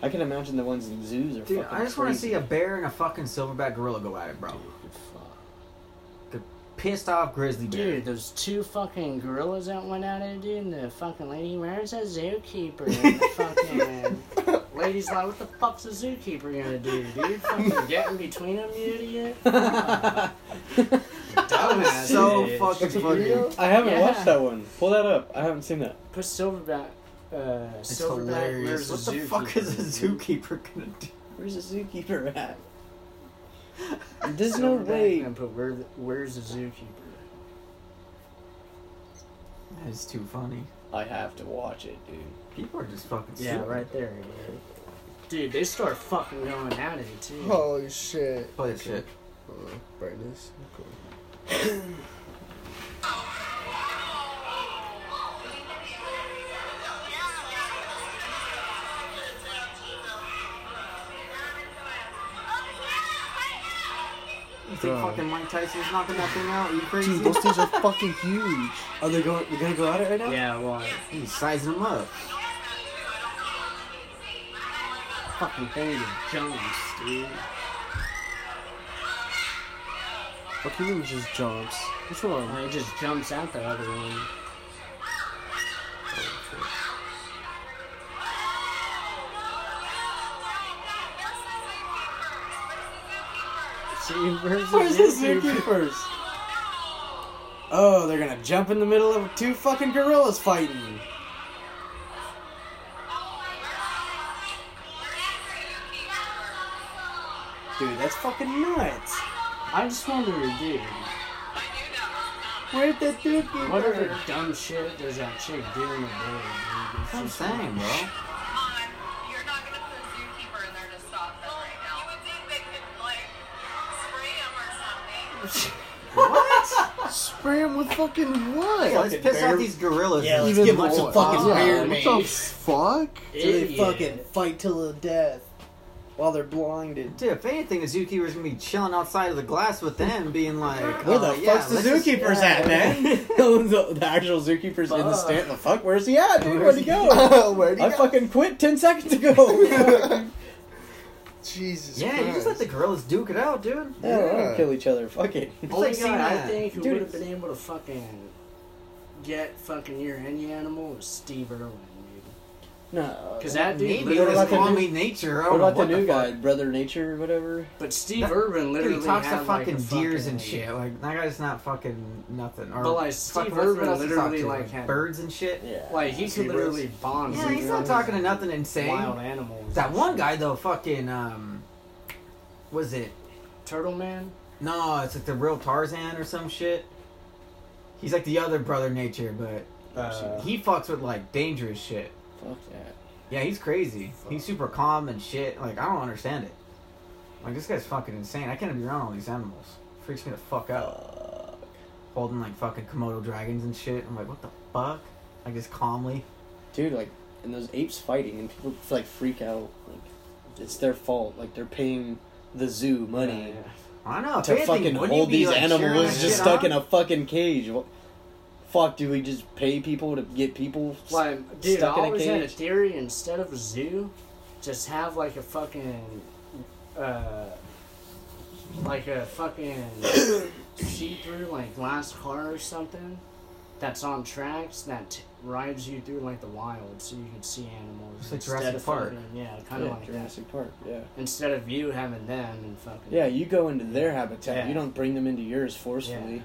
Speaker 3: I can imagine the ones in zoos are.
Speaker 1: Dude,
Speaker 3: fucking
Speaker 1: I just want to
Speaker 3: crazy.
Speaker 1: see a bear and a fucking silverback gorilla go at it, bro.
Speaker 3: Dude, fuck.
Speaker 1: Pissed off grizzly bear.
Speaker 4: Dude, those two fucking gorillas that went out at it, dude, and the fucking lady, where's that zookeeper? And the fucking lady's like, what the fuck's a zookeeper gonna do, dude? Fucking get in between them, you idiot.
Speaker 1: that was so fucking funny.
Speaker 3: I haven't
Speaker 4: Yeah.
Speaker 3: watched that one. Pull that up. I haven't seen that.
Speaker 4: Put Silverback, uh,
Speaker 1: It's
Speaker 4: Silverback
Speaker 1: hilarious.
Speaker 4: versus
Speaker 1: What the
Speaker 4: zookeeper.
Speaker 1: fuck is a zookeeper gonna do?
Speaker 3: Where's the zookeeper at? There's no
Speaker 4: Silverback
Speaker 3: way.
Speaker 4: And put where the, where's the zookeeper?
Speaker 1: That is too funny.
Speaker 3: I have to watch it, dude.
Speaker 1: People are just fucking
Speaker 4: Yeah,
Speaker 1: stupid.
Speaker 4: right there, dude. Dude, they start fucking going at it, too.
Speaker 3: Oh.
Speaker 2: Holy shit.
Speaker 1: Play that shit.
Speaker 2: Uh, brightness. Cool.
Speaker 1: You think
Speaker 2: Bro.
Speaker 1: fucking Mike Tyson's knocking that thing out? Are you crazy?
Speaker 2: Dude, those things are fucking huge.
Speaker 3: Are they going? They're gonna go at it right now?
Speaker 4: Yeah, well,
Speaker 1: He's sizing him up.
Speaker 4: fucking thing is Jones, dude.
Speaker 2: What do you mean it just jumps? Which one?
Speaker 4: Uh, it just jumps out the other one. See, where's
Speaker 3: Where's the
Speaker 4: the zookeeper?
Speaker 3: zookeepers? Oh, they're gonna jump in the middle of two fucking gorillas fighting. Dude, that's fucking nuts.
Speaker 4: I just wonder, dude,
Speaker 3: Where'd that dude go?
Speaker 4: whatever dumb shit does that chick do in the day? dude?
Speaker 1: That's
Speaker 4: It's
Speaker 1: what I'm
Speaker 4: just
Speaker 1: saying,
Speaker 4: like-
Speaker 1: bro.
Speaker 5: You're not gonna put a zookeeper in there to stop them right now. You would think they could like spray them or something.
Speaker 2: Spray him with fucking what?
Speaker 1: Yeah, let's
Speaker 3: Fucking
Speaker 1: piss
Speaker 3: bear.
Speaker 1: out these gorillas.
Speaker 3: Yeah, let's
Speaker 2: Even
Speaker 1: dude.
Speaker 3: give them some
Speaker 2: more.
Speaker 3: fucking
Speaker 2: Yeah,
Speaker 3: bear
Speaker 2: What the
Speaker 3: mace.
Speaker 2: fuck?
Speaker 3: So they
Speaker 4: Idiot.
Speaker 3: fucking fight till the death while they're blinded.
Speaker 1: Dude, if anything, the zookeeper's gonna be chilling outside of the glass with them, being like,
Speaker 3: Where
Speaker 1: uh,
Speaker 3: the
Speaker 1: yeah,
Speaker 3: fuck's the
Speaker 1: let's just-
Speaker 3: zookeeper's at, man? the, the actual zookeeper's in the
Speaker 4: Fuck.
Speaker 3: stand. The fuck? Where's he at, dude?
Speaker 2: Where's
Speaker 3: Where'd he
Speaker 2: he-
Speaker 3: go?
Speaker 2: Where'd he
Speaker 3: I
Speaker 2: go?
Speaker 3: fucking quit ten seconds ago.
Speaker 2: Jesus
Speaker 1: Yeah, you just let the gorillas duke it out, dude.
Speaker 3: yeah, let 'em
Speaker 2: Yeah.
Speaker 3: kill each other. Fuck it.
Speaker 1: It's
Speaker 4: Only
Speaker 1: like seeing
Speaker 4: guy I
Speaker 1: that.
Speaker 4: think who
Speaker 3: Dude,
Speaker 4: would have
Speaker 3: it's-
Speaker 4: been able to fucking get fucking near any animal was Steve Irwin, dude.
Speaker 3: No.
Speaker 4: Because that dude,
Speaker 1: Maybe
Speaker 3: what
Speaker 1: it
Speaker 4: literally-
Speaker 1: was
Speaker 3: about the
Speaker 1: calling
Speaker 3: new-
Speaker 1: me nature. I
Speaker 3: What
Speaker 1: don't know
Speaker 3: about the
Speaker 1: the
Speaker 3: new
Speaker 1: fuck.
Speaker 3: guy, Brother Nature or whatever?
Speaker 4: but Steve
Speaker 1: That-
Speaker 4: Irwin
Speaker 1: Dude,
Speaker 4: literally
Speaker 1: he talks to
Speaker 4: had, like,
Speaker 1: fucking
Speaker 4: a
Speaker 1: deers
Speaker 4: fucking-
Speaker 1: and shit. Like that guy's not fucking nothing. Or
Speaker 4: But,
Speaker 1: fuck,
Speaker 4: like, Steve
Speaker 1: what else- what
Speaker 4: Irwin
Speaker 1: else he talk
Speaker 4: literally,
Speaker 1: to?
Speaker 4: like, had-
Speaker 1: birds and shit.
Speaker 3: Yeah.
Speaker 4: Like he could
Speaker 3: Zebras.
Speaker 4: literally bond.
Speaker 1: Yeah,
Speaker 4: with
Speaker 1: he's not
Speaker 4: zebras
Speaker 1: talking to
Speaker 4: and
Speaker 1: nothing insane.
Speaker 4: Wild animals.
Speaker 1: That one guy though, fucking um, was it?
Speaker 4: Turtle Man.
Speaker 1: No, it's like the real Tarzan or some shit. He's like the other brother nature, but
Speaker 3: Uh,
Speaker 1: he fucks with like dangerous shit.
Speaker 3: Fuck that.
Speaker 1: Yeah, he's crazy. He's super calm and shit. Like I don't understand it. Like this guy's fucking insane. I can't be around all these animals. Freaks me the fuck out.
Speaker 3: Fuck.
Speaker 1: Holding like fucking Komodo dragons and shit. I'm like, what the fuck? Like just calmly.
Speaker 3: Dude, like, and those apes fighting, and people like freak out. Like, it's their fault. Like, they're paying the zoo money.
Speaker 4: Yeah.
Speaker 1: I don't know. if
Speaker 3: to
Speaker 1: anything,
Speaker 3: fucking
Speaker 1: wouldn't you
Speaker 3: hold
Speaker 1: be,
Speaker 3: these
Speaker 1: like, cheering that
Speaker 3: animals
Speaker 1: shit
Speaker 3: just stuck
Speaker 1: on?
Speaker 3: in a fucking cage. What, fuck, do we just pay people to get people? s-
Speaker 4: Like, dude,
Speaker 3: Stuck
Speaker 4: I
Speaker 3: in a
Speaker 4: always had a
Speaker 3: cage.
Speaker 4: theory. Instead of a zoo, just have like a fucking, uh, like a fucking see-through like glass car or something that's on tracks that t- rides you through like the wild, so you can see animals.
Speaker 1: It's like
Speaker 4: instead
Speaker 1: Jurassic
Speaker 4: of
Speaker 1: Park.
Speaker 4: fucking- yeah, kind of
Speaker 3: yeah,
Speaker 4: like
Speaker 3: Jurassic Park. Yeah,
Speaker 4: that. Instead of you having them and fucking.
Speaker 3: yeah. You go into their habitat.
Speaker 4: Yeah.
Speaker 3: You don't bring them into yours forcefully.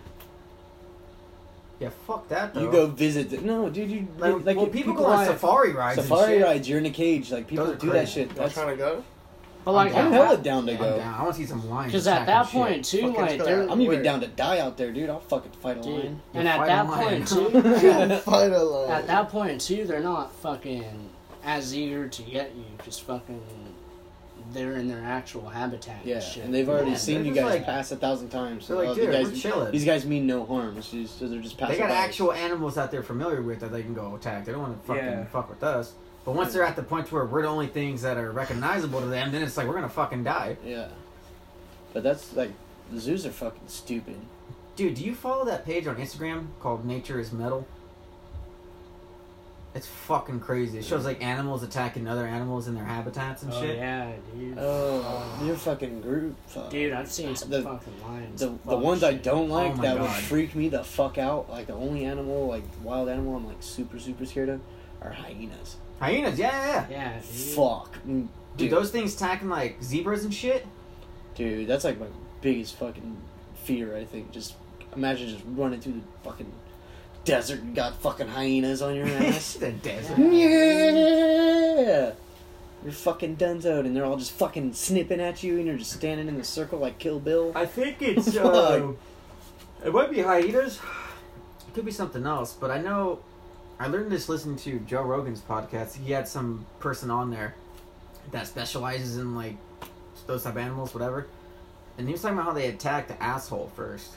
Speaker 1: Yeah, fuck that though.
Speaker 3: You go visit. The, no, dude. You
Speaker 1: Like,
Speaker 3: like,
Speaker 1: well,
Speaker 3: you-
Speaker 1: people, go on
Speaker 3: ride-
Speaker 1: safari rides. and
Speaker 3: Safari
Speaker 1: shit.
Speaker 3: rides. You're in a cage. Like people
Speaker 1: Those are
Speaker 3: do that
Speaker 1: crazy.
Speaker 3: shit.
Speaker 2: Y'all
Speaker 3: That's
Speaker 2: trying to go?
Speaker 4: But like
Speaker 1: I'm
Speaker 4: at
Speaker 3: hella
Speaker 4: that-
Speaker 3: down to
Speaker 4: yeah.
Speaker 1: I'm
Speaker 3: go.
Speaker 1: down. I want to see some lions.
Speaker 4: Because at
Speaker 1: attacking
Speaker 4: that
Speaker 1: shit.
Speaker 4: point too,
Speaker 2: Fucking
Speaker 4: like
Speaker 2: spread
Speaker 4: they're
Speaker 2: out.
Speaker 3: I'm even
Speaker 2: Where?
Speaker 3: down to die out there, dude. I'll fucking fight a
Speaker 4: dude,
Speaker 3: lion.
Speaker 4: and at
Speaker 1: fight
Speaker 4: that
Speaker 1: a lion.
Speaker 4: point too,
Speaker 2: Fight alone.
Speaker 4: at that point too, they're not fucking as eager to get you. Just fucking, they're in their actual habitat.
Speaker 3: Yeah,
Speaker 4: and, shit.
Speaker 3: and they've already
Speaker 1: Yeah,
Speaker 3: seen
Speaker 1: they're
Speaker 3: you
Speaker 1: just
Speaker 3: guys
Speaker 1: like-
Speaker 3: pass a thousand times.
Speaker 1: They're like,
Speaker 3: Oh,
Speaker 1: dude,
Speaker 3: you guys,
Speaker 1: we're chilling.
Speaker 3: these guys mean no harm. It's just- they're just passing.
Speaker 1: They got
Speaker 3: by.
Speaker 1: actual animals out there familiar with that they can go attack. They don't want to fucking
Speaker 4: Yeah.
Speaker 1: fuck with us. But once they're at the point to where we're the only things that are recognizable to them, then it's like we're gonna fucking die.
Speaker 3: Yeah. But that's like the zoos are fucking stupid.
Speaker 1: Dude, do you follow that page on Instagram called Nature is Metal? It's fucking crazy. It shows like animals attacking other animals in their habitats and
Speaker 4: oh
Speaker 1: shit.
Speaker 4: yeah, dude.
Speaker 3: Oh, you're fucking group. Fuck.
Speaker 4: Dude, I've seen some
Speaker 3: The-
Speaker 4: fucking lions.
Speaker 3: The, the
Speaker 4: Fuck
Speaker 3: ones I
Speaker 4: shit.
Speaker 3: don't like
Speaker 1: Oh my
Speaker 3: that would
Speaker 1: God.
Speaker 3: freak me the fuck out, like the only animal, like wild animal I'm like super super scared of, are hyenas.
Speaker 1: Hyenas, yeah, yeah, yeah.
Speaker 4: Yeah, dude.
Speaker 3: Fuck, Mm,
Speaker 1: Dude,
Speaker 3: dude,
Speaker 1: those things attacking like zebras and shit.
Speaker 3: dude, that's like my biggest fucking fear. I think just imagine just running through the fucking desert and got fucking hyenas on your ass.
Speaker 1: the desert.
Speaker 3: Yeah. You're fucking dunzoed, and they're all just fucking snipping at you, and you're just standing in the circle like Kill Bill.
Speaker 1: I think it's uh,
Speaker 3: Fuck.
Speaker 1: it might be hyenas. It could be something else, but I know I learned this listening to Joe Rogan's podcast. He had some person on there that specializes in like those type of animals, whatever. And he was talking about how they attack the asshole first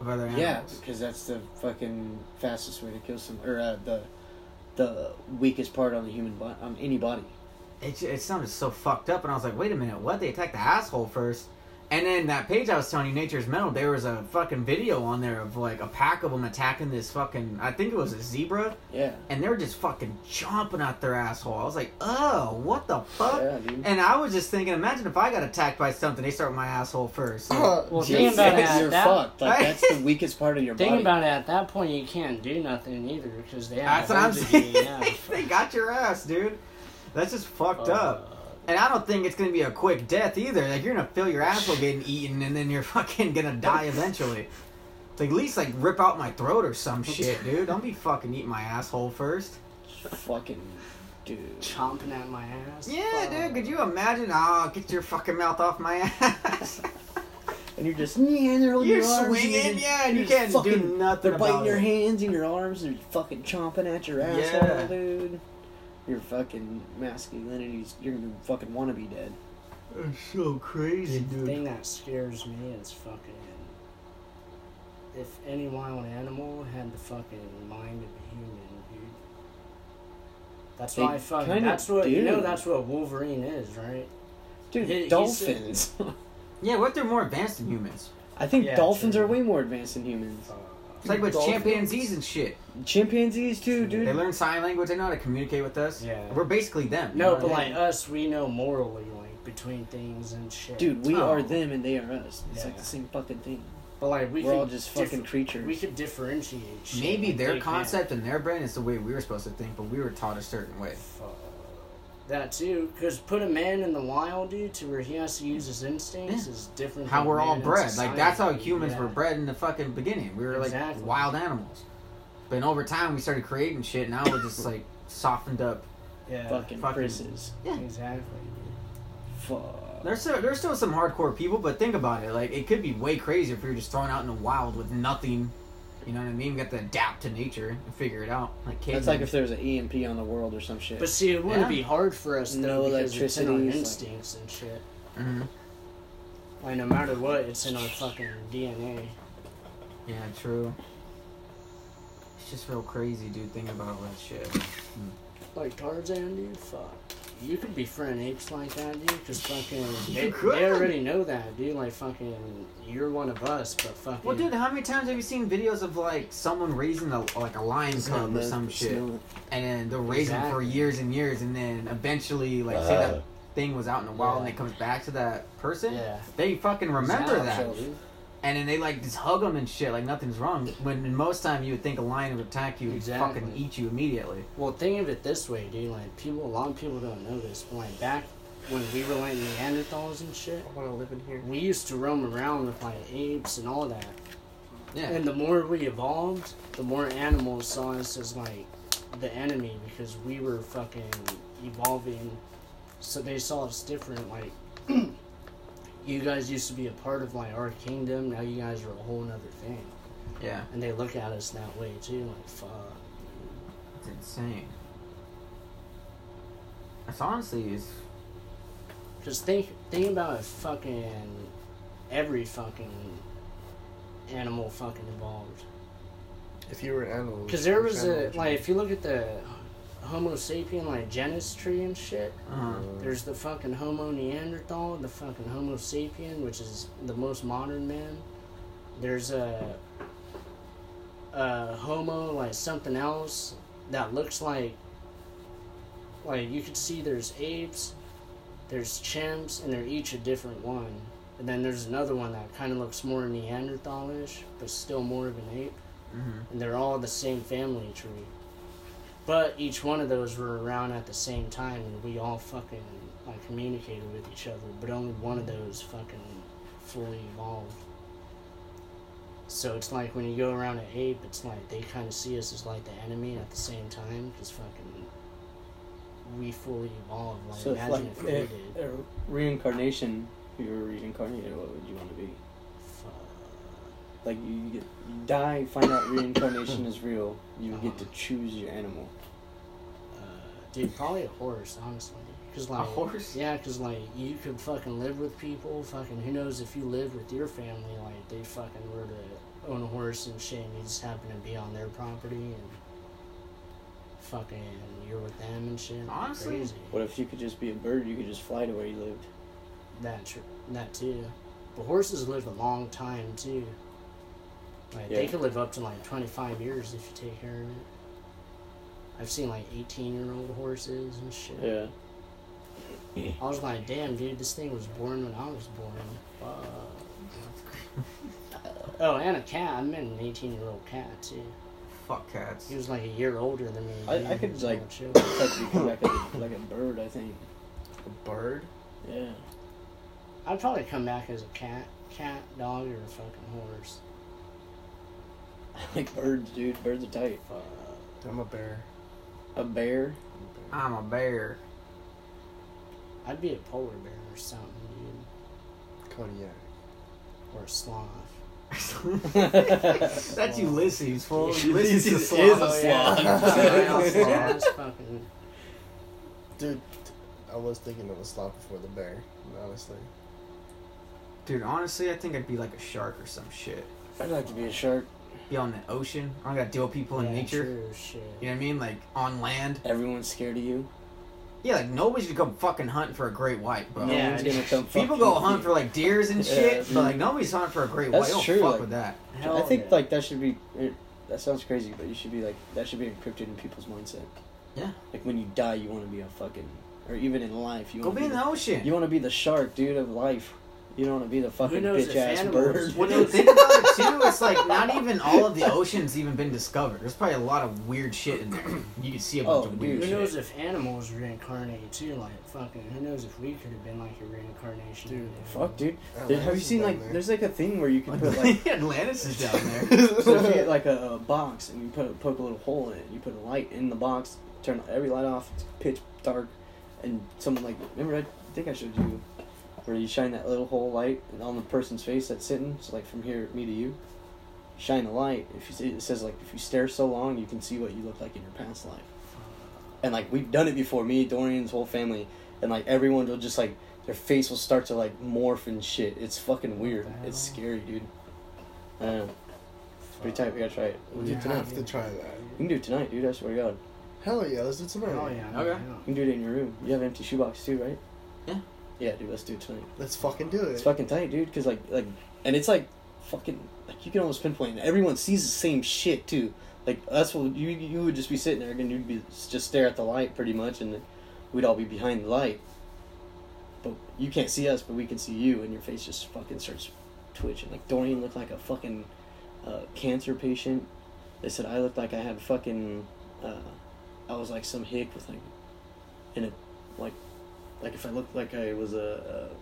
Speaker 1: of other
Speaker 3: Yeah,
Speaker 1: animals.
Speaker 3: because that's the fucking fastest way to kill some, or uh, the the weakest part on the human body, on any body.
Speaker 1: It, it sounded so fucked up, and I was like, wait a minute, what? They attack the asshole first, And then that page I was telling you, Nature's Metal, there was a fucking video on there of like a pack of them attacking this fucking, I think it was a zebra,
Speaker 3: Yeah.
Speaker 1: and they were just fucking chomping out their asshole. I was like, oh, what the fuck?
Speaker 3: Yeah, dude.
Speaker 1: And I was just thinking, imagine if I got attacked by something, they start with my asshole first.
Speaker 2: Uh,
Speaker 4: Well,
Speaker 3: You're
Speaker 4: thinking about
Speaker 3: fucked.
Speaker 4: it at
Speaker 3: You're
Speaker 4: that-
Speaker 3: fucked. Like that's the weakest part of your
Speaker 4: Think
Speaker 3: body.
Speaker 4: about it. At that point, you can't do nothing either because they
Speaker 1: That's
Speaker 4: have
Speaker 1: what I'm
Speaker 4: hold of you,
Speaker 1: saying.
Speaker 4: yeah. Uh,
Speaker 1: they got your ass, dude. That's just fucked up. And I don't think it's gonna be a quick death either. Like you're gonna feel your asshole getting eaten, and then you're fucking gonna die eventually. It's like, at least like rip out my throat or some shit, dude. Don't be fucking eating my asshole first.
Speaker 3: Fucking dude.
Speaker 4: uh, chomping at my ass.
Speaker 1: Yeah,
Speaker 4: Fuck.
Speaker 1: dude. Could you imagine? Oh, get your fucking mouth off my ass.
Speaker 3: And you're just Neanderthal.
Speaker 1: you're swinging, yeah, and you can't do nothing.
Speaker 3: They're biting
Speaker 1: about
Speaker 3: your
Speaker 1: it.
Speaker 3: hands and your arms. They're fucking chomping at your asshole,
Speaker 1: Yeah.
Speaker 3: dude. Your fucking masculinity's. You're gonna fucking wanna be dead.
Speaker 1: It's so crazy,
Speaker 4: The thing
Speaker 1: dude.
Speaker 4: that scares me is fucking. If any wild animal had the fucking mind of a human, dude. That's
Speaker 3: They
Speaker 4: why I fucking.
Speaker 3: kinda
Speaker 4: That's what you
Speaker 3: do.
Speaker 4: know. That's what Wolverine is, right?
Speaker 3: Dude,
Speaker 4: He- he's-
Speaker 3: dolphins.
Speaker 1: Yeah, what if they're more advanced than humans?
Speaker 3: I think
Speaker 4: Yeah,
Speaker 3: dolphins
Speaker 4: true.
Speaker 3: are way more advanced than humans.
Speaker 4: Uh,
Speaker 1: It's like with
Speaker 3: Dolphins?
Speaker 1: chimpanzees and shit.
Speaker 3: Chimpanzees too, dude.
Speaker 1: They learn sign language. They know how to communicate with us.
Speaker 4: Yeah.
Speaker 1: we're basically them. you know
Speaker 4: no,
Speaker 1: what
Speaker 4: but
Speaker 1: I
Speaker 4: like
Speaker 1: mean?
Speaker 4: us, we know morally, like between things and shit.
Speaker 3: Dude, we
Speaker 1: Oh.
Speaker 3: are them and they are us. It's like
Speaker 4: Yeah.
Speaker 3: the same fucking thing.
Speaker 4: but like we
Speaker 3: We are all
Speaker 4: could
Speaker 3: just
Speaker 4: diff-
Speaker 3: fucking creatures.
Speaker 4: We could differentiate. Shit.
Speaker 1: maybe
Speaker 4: like, they
Speaker 1: their
Speaker 4: can't.
Speaker 1: concept and their brain is the way we were supposed to think, but we were taught a certain way.
Speaker 4: Fuck. That too, because put a man in the wild, dude, to where he has to use his instincts
Speaker 1: Yeah.
Speaker 4: is different.
Speaker 1: How
Speaker 4: than
Speaker 1: we're
Speaker 4: man
Speaker 1: all
Speaker 4: in
Speaker 1: bred. Like that's how
Speaker 4: society,
Speaker 1: humans
Speaker 4: yeah.
Speaker 1: were bred in the fucking beginning. We were like
Speaker 4: Exactly.
Speaker 1: wild animals. But over time, we started creating shit. Now we're just like softened up.
Speaker 4: Yeah,
Speaker 3: fucking
Speaker 1: fucking-
Speaker 3: princes.
Speaker 4: exactly. dude.
Speaker 3: Fuck.
Speaker 1: There's still, there's still some hardcore people, but think about it. Like it could be way crazier if we were just thrown out in the wild with nothing. You know what I mean? We got to adapt to nature and figure it out. Like cavemen.
Speaker 3: That's like if there was an EMP on the world or some shit.
Speaker 4: But see, it wouldn't
Speaker 1: Yeah.
Speaker 4: be hard for us
Speaker 3: No
Speaker 4: though, because it's in our
Speaker 3: electricity, it's like-
Speaker 4: instincts and shit.
Speaker 1: Mhm.
Speaker 4: Like no matter what, it's in our fucking DNA.
Speaker 1: Yeah, true. It's just real crazy, dude. Think about that shit.
Speaker 4: Like Tarzan, dude, fuck. You could befriend apes like that, dude, because fucking they,
Speaker 1: could.
Speaker 4: they already know that, dude. Like fucking, you're one of us, but fucking.
Speaker 1: Well, dude, how many times have you seen videos of like someone raising a, like a lion
Speaker 3: Smell
Speaker 1: cub or
Speaker 3: it,
Speaker 1: some shit,
Speaker 3: smell it.
Speaker 1: and then they're raising it for
Speaker 4: Exactly.
Speaker 1: years and years, and then eventually, like, say that thing was out in the wild, and
Speaker 4: Yeah.
Speaker 1: it comes back to that person.
Speaker 4: Yeah.
Speaker 1: They fucking remember
Speaker 4: Exactly.
Speaker 1: that, and then they like just hug them and shit, like nothing's wrong. When most time you would think a lion would attack you, and
Speaker 4: Exactly.
Speaker 1: fucking eat you immediately.
Speaker 4: Well, think of it this way, dude. Like people, a lot of people don't know this, but like back when we were like Neanderthals and shit,
Speaker 2: I want to live in here.
Speaker 4: we used to roam around with like apes and all that.
Speaker 1: Yeah.
Speaker 4: And the more we evolved, the more animals saw us as like the enemy because we were fucking evolving. So they saw us different. Like you guys used to be a part of like our kingdom. Now you guys are a whole nother thing,
Speaker 1: yeah.
Speaker 4: and they look at us that way too. Like fuck.
Speaker 1: It's insane. It's honestly is.
Speaker 4: Just think think about if fucking every fucking animal fucking evolved.
Speaker 2: If you were an animal.
Speaker 4: Because there was a
Speaker 2: animals.
Speaker 4: like if you look at the Homo sapien like genus tree and shit,
Speaker 1: Uh,
Speaker 4: there's the fucking Homo Neanderthal, the fucking Homo sapien, which is the most modern man. There's a a Homo like something else that looks like like you could see there's apes, there's chimps, and they're each a different one. And then there's another one that kind of looks more Neanderthalish, but still more of an ape
Speaker 1: mhm.
Speaker 3: Mm-hmm.
Speaker 4: and they're all the same family tree. But each one of those were around at the same time, and we all fucking like communicated with each other. But only one of those fucking fully evolved. So it's like when you go around an ape, it's like they kind of see us as like the enemy and at the same time, because fucking we fully evolved. Like
Speaker 3: So if, like,
Speaker 4: imagine if we
Speaker 3: if,
Speaker 4: did.
Speaker 3: uh, reincarnation, if you were reincarnated, what would you want to be?
Speaker 4: Fuck.
Speaker 3: Like, you, you, get, you die, find out reincarnation is real, you get to
Speaker 4: Uh-huh.
Speaker 3: choose your animal.
Speaker 4: Uh, dude, probably a horse, honestly. Cause like,
Speaker 1: horse?
Speaker 4: Yeah, because like you could fucking live with people. Fucking who knows if you live with your family, like they fucking were to own a horse and shit, and you just happen to be on their property and fucking you're with them and shit.
Speaker 1: Honestly,
Speaker 4: Crazy.
Speaker 3: What if you could just be a bird? You could just fly to where you lived.
Speaker 4: that tr- that too. But horses live a long time too. Like they
Speaker 3: Yeah.
Speaker 4: could live up to like twenty five years if you take care of it. I've seen like eighteen year old horses and shit.
Speaker 3: Yeah.
Speaker 4: I was like, damn, dude, this thing was born when I was born. Fuck. oh, and a cat. I met an 18 year old cat, too.
Speaker 1: Fuck cats.
Speaker 4: He was like a year older than me.
Speaker 3: I-
Speaker 4: dude.
Speaker 3: I could,
Speaker 4: He was all
Speaker 3: like-
Speaker 4: chill.
Speaker 3: Like to become like a, like a bird, I think.
Speaker 2: A bird?
Speaker 3: Yeah.
Speaker 4: I'd probably come back as a cat, cat, dog, or a fucking horse.
Speaker 3: I like birds, dude. Birds are tight.
Speaker 4: Fuck.
Speaker 2: I'm a bear.
Speaker 3: A bear.
Speaker 1: I'm a bear.
Speaker 4: I'd be a polar bear or something, dude.
Speaker 2: Kodiak.
Speaker 4: Or a sloth.
Speaker 1: That's Ulysses, fool. Ulysses is
Speaker 3: Ulysses is
Speaker 1: slow.
Speaker 3: a
Speaker 4: Oh, Yeah,
Speaker 1: sloth.
Speaker 4: yeah, that's fucking.
Speaker 2: Dude, I was thinking of a sloth before the bear, honestly.
Speaker 1: Dude, honestly, I think I'd be like a shark or some shit.
Speaker 3: I'd like to be a shark.
Speaker 1: Be on the ocean. I don't gotta deal with people in
Speaker 4: yeah,
Speaker 1: nature.
Speaker 4: true as shit.
Speaker 1: You know what I mean? Like on land.
Speaker 3: Everyone's scared of you.
Speaker 1: Yeah, like nobody's gonna come fucking hunting for a great white, bro.
Speaker 3: No
Speaker 4: Yeah,
Speaker 3: one's gonna come. fuck
Speaker 1: People go
Speaker 3: with
Speaker 1: hunt
Speaker 3: you.
Speaker 1: for like deers and
Speaker 3: Yeah,
Speaker 1: shit, but
Speaker 3: dude.
Speaker 1: like nobody's hunting for a great
Speaker 3: That's
Speaker 1: white. Don't
Speaker 3: true,
Speaker 1: fuck
Speaker 3: like-
Speaker 1: with that.
Speaker 4: Hell
Speaker 3: I think
Speaker 4: yeah.
Speaker 3: like that should be. It, that sounds crazy, but you should be like that should be encrypted in people's mindset.
Speaker 1: Yeah.
Speaker 3: Like when you die, you want to be a fucking, or even in life, you
Speaker 1: Go
Speaker 3: want
Speaker 1: be in the ocean.
Speaker 3: You want to be the shark, dude, of life. You don't want to be the fucking
Speaker 4: knows
Speaker 3: bitch
Speaker 4: if
Speaker 3: ass
Speaker 4: animals-
Speaker 3: bird.
Speaker 1: when you think about it too, it's like not even all of the oceans even been discovered. There's probably a lot of weird shit in there. You can see a bunch
Speaker 3: Oh,
Speaker 1: of
Speaker 3: dude.
Speaker 1: weird
Speaker 4: Who
Speaker 1: shit.
Speaker 4: knows if animals reincarnate too? Like fucking, who knows if we could have been like a reincarnation?
Speaker 2: Dude,
Speaker 3: Fuck, dude.
Speaker 2: Atlantis
Speaker 3: Dude, have you
Speaker 2: is
Speaker 3: seen
Speaker 2: down
Speaker 3: like?
Speaker 2: there.
Speaker 3: There's like a thing where you can put like.
Speaker 1: Atlantis is down there.
Speaker 3: so if you get like a, a box and you put a, poke a little hole in it, you put a light in the box, turn every light off, it's pitch dark, and someone like remember I think I showed you where you shine that little hole light and on the person's face that's sitting, so like from here me to you, shine the light. If you see, it says like if you stare so long, you can see what you look like in your past life. And like we've done it before, me, Dorian's whole family, and like everyone will just like their face will start to like morph and shit. It's fucking weird. It's scary, dude. I don't know. It's Um, pretty tight. We gotta try it. We'll do
Speaker 2: You
Speaker 3: it tonight.
Speaker 2: have to try that.
Speaker 3: We can do it tonight, dude. I swear to God.
Speaker 2: Hell yeah, let's do it tonight.
Speaker 4: Oh yeah.
Speaker 1: Okay.
Speaker 4: yeah.
Speaker 3: You can do it in your room. You have an empty shoebox too, right?
Speaker 1: Yeah.
Speaker 3: Yeah, dude. Let's do it tonight.
Speaker 2: Let's fucking do it.
Speaker 3: It's fucking tight, dude. Cause like, like, and it's like, fucking, like you can almost pinpoint. it. Everyone sees the same shit too. Like that's what you you would just be sitting there and you'd be just stare at the light pretty much, and we'd all be behind the light. But you can't see us, but we can see you, and your face just fucking starts twitching. Like Dorian looked like a fucking uh, cancer patient. They said I looked like I had fucking. Uh, I was like some hick with like, in a, like, like if I looked like I was a. Uh,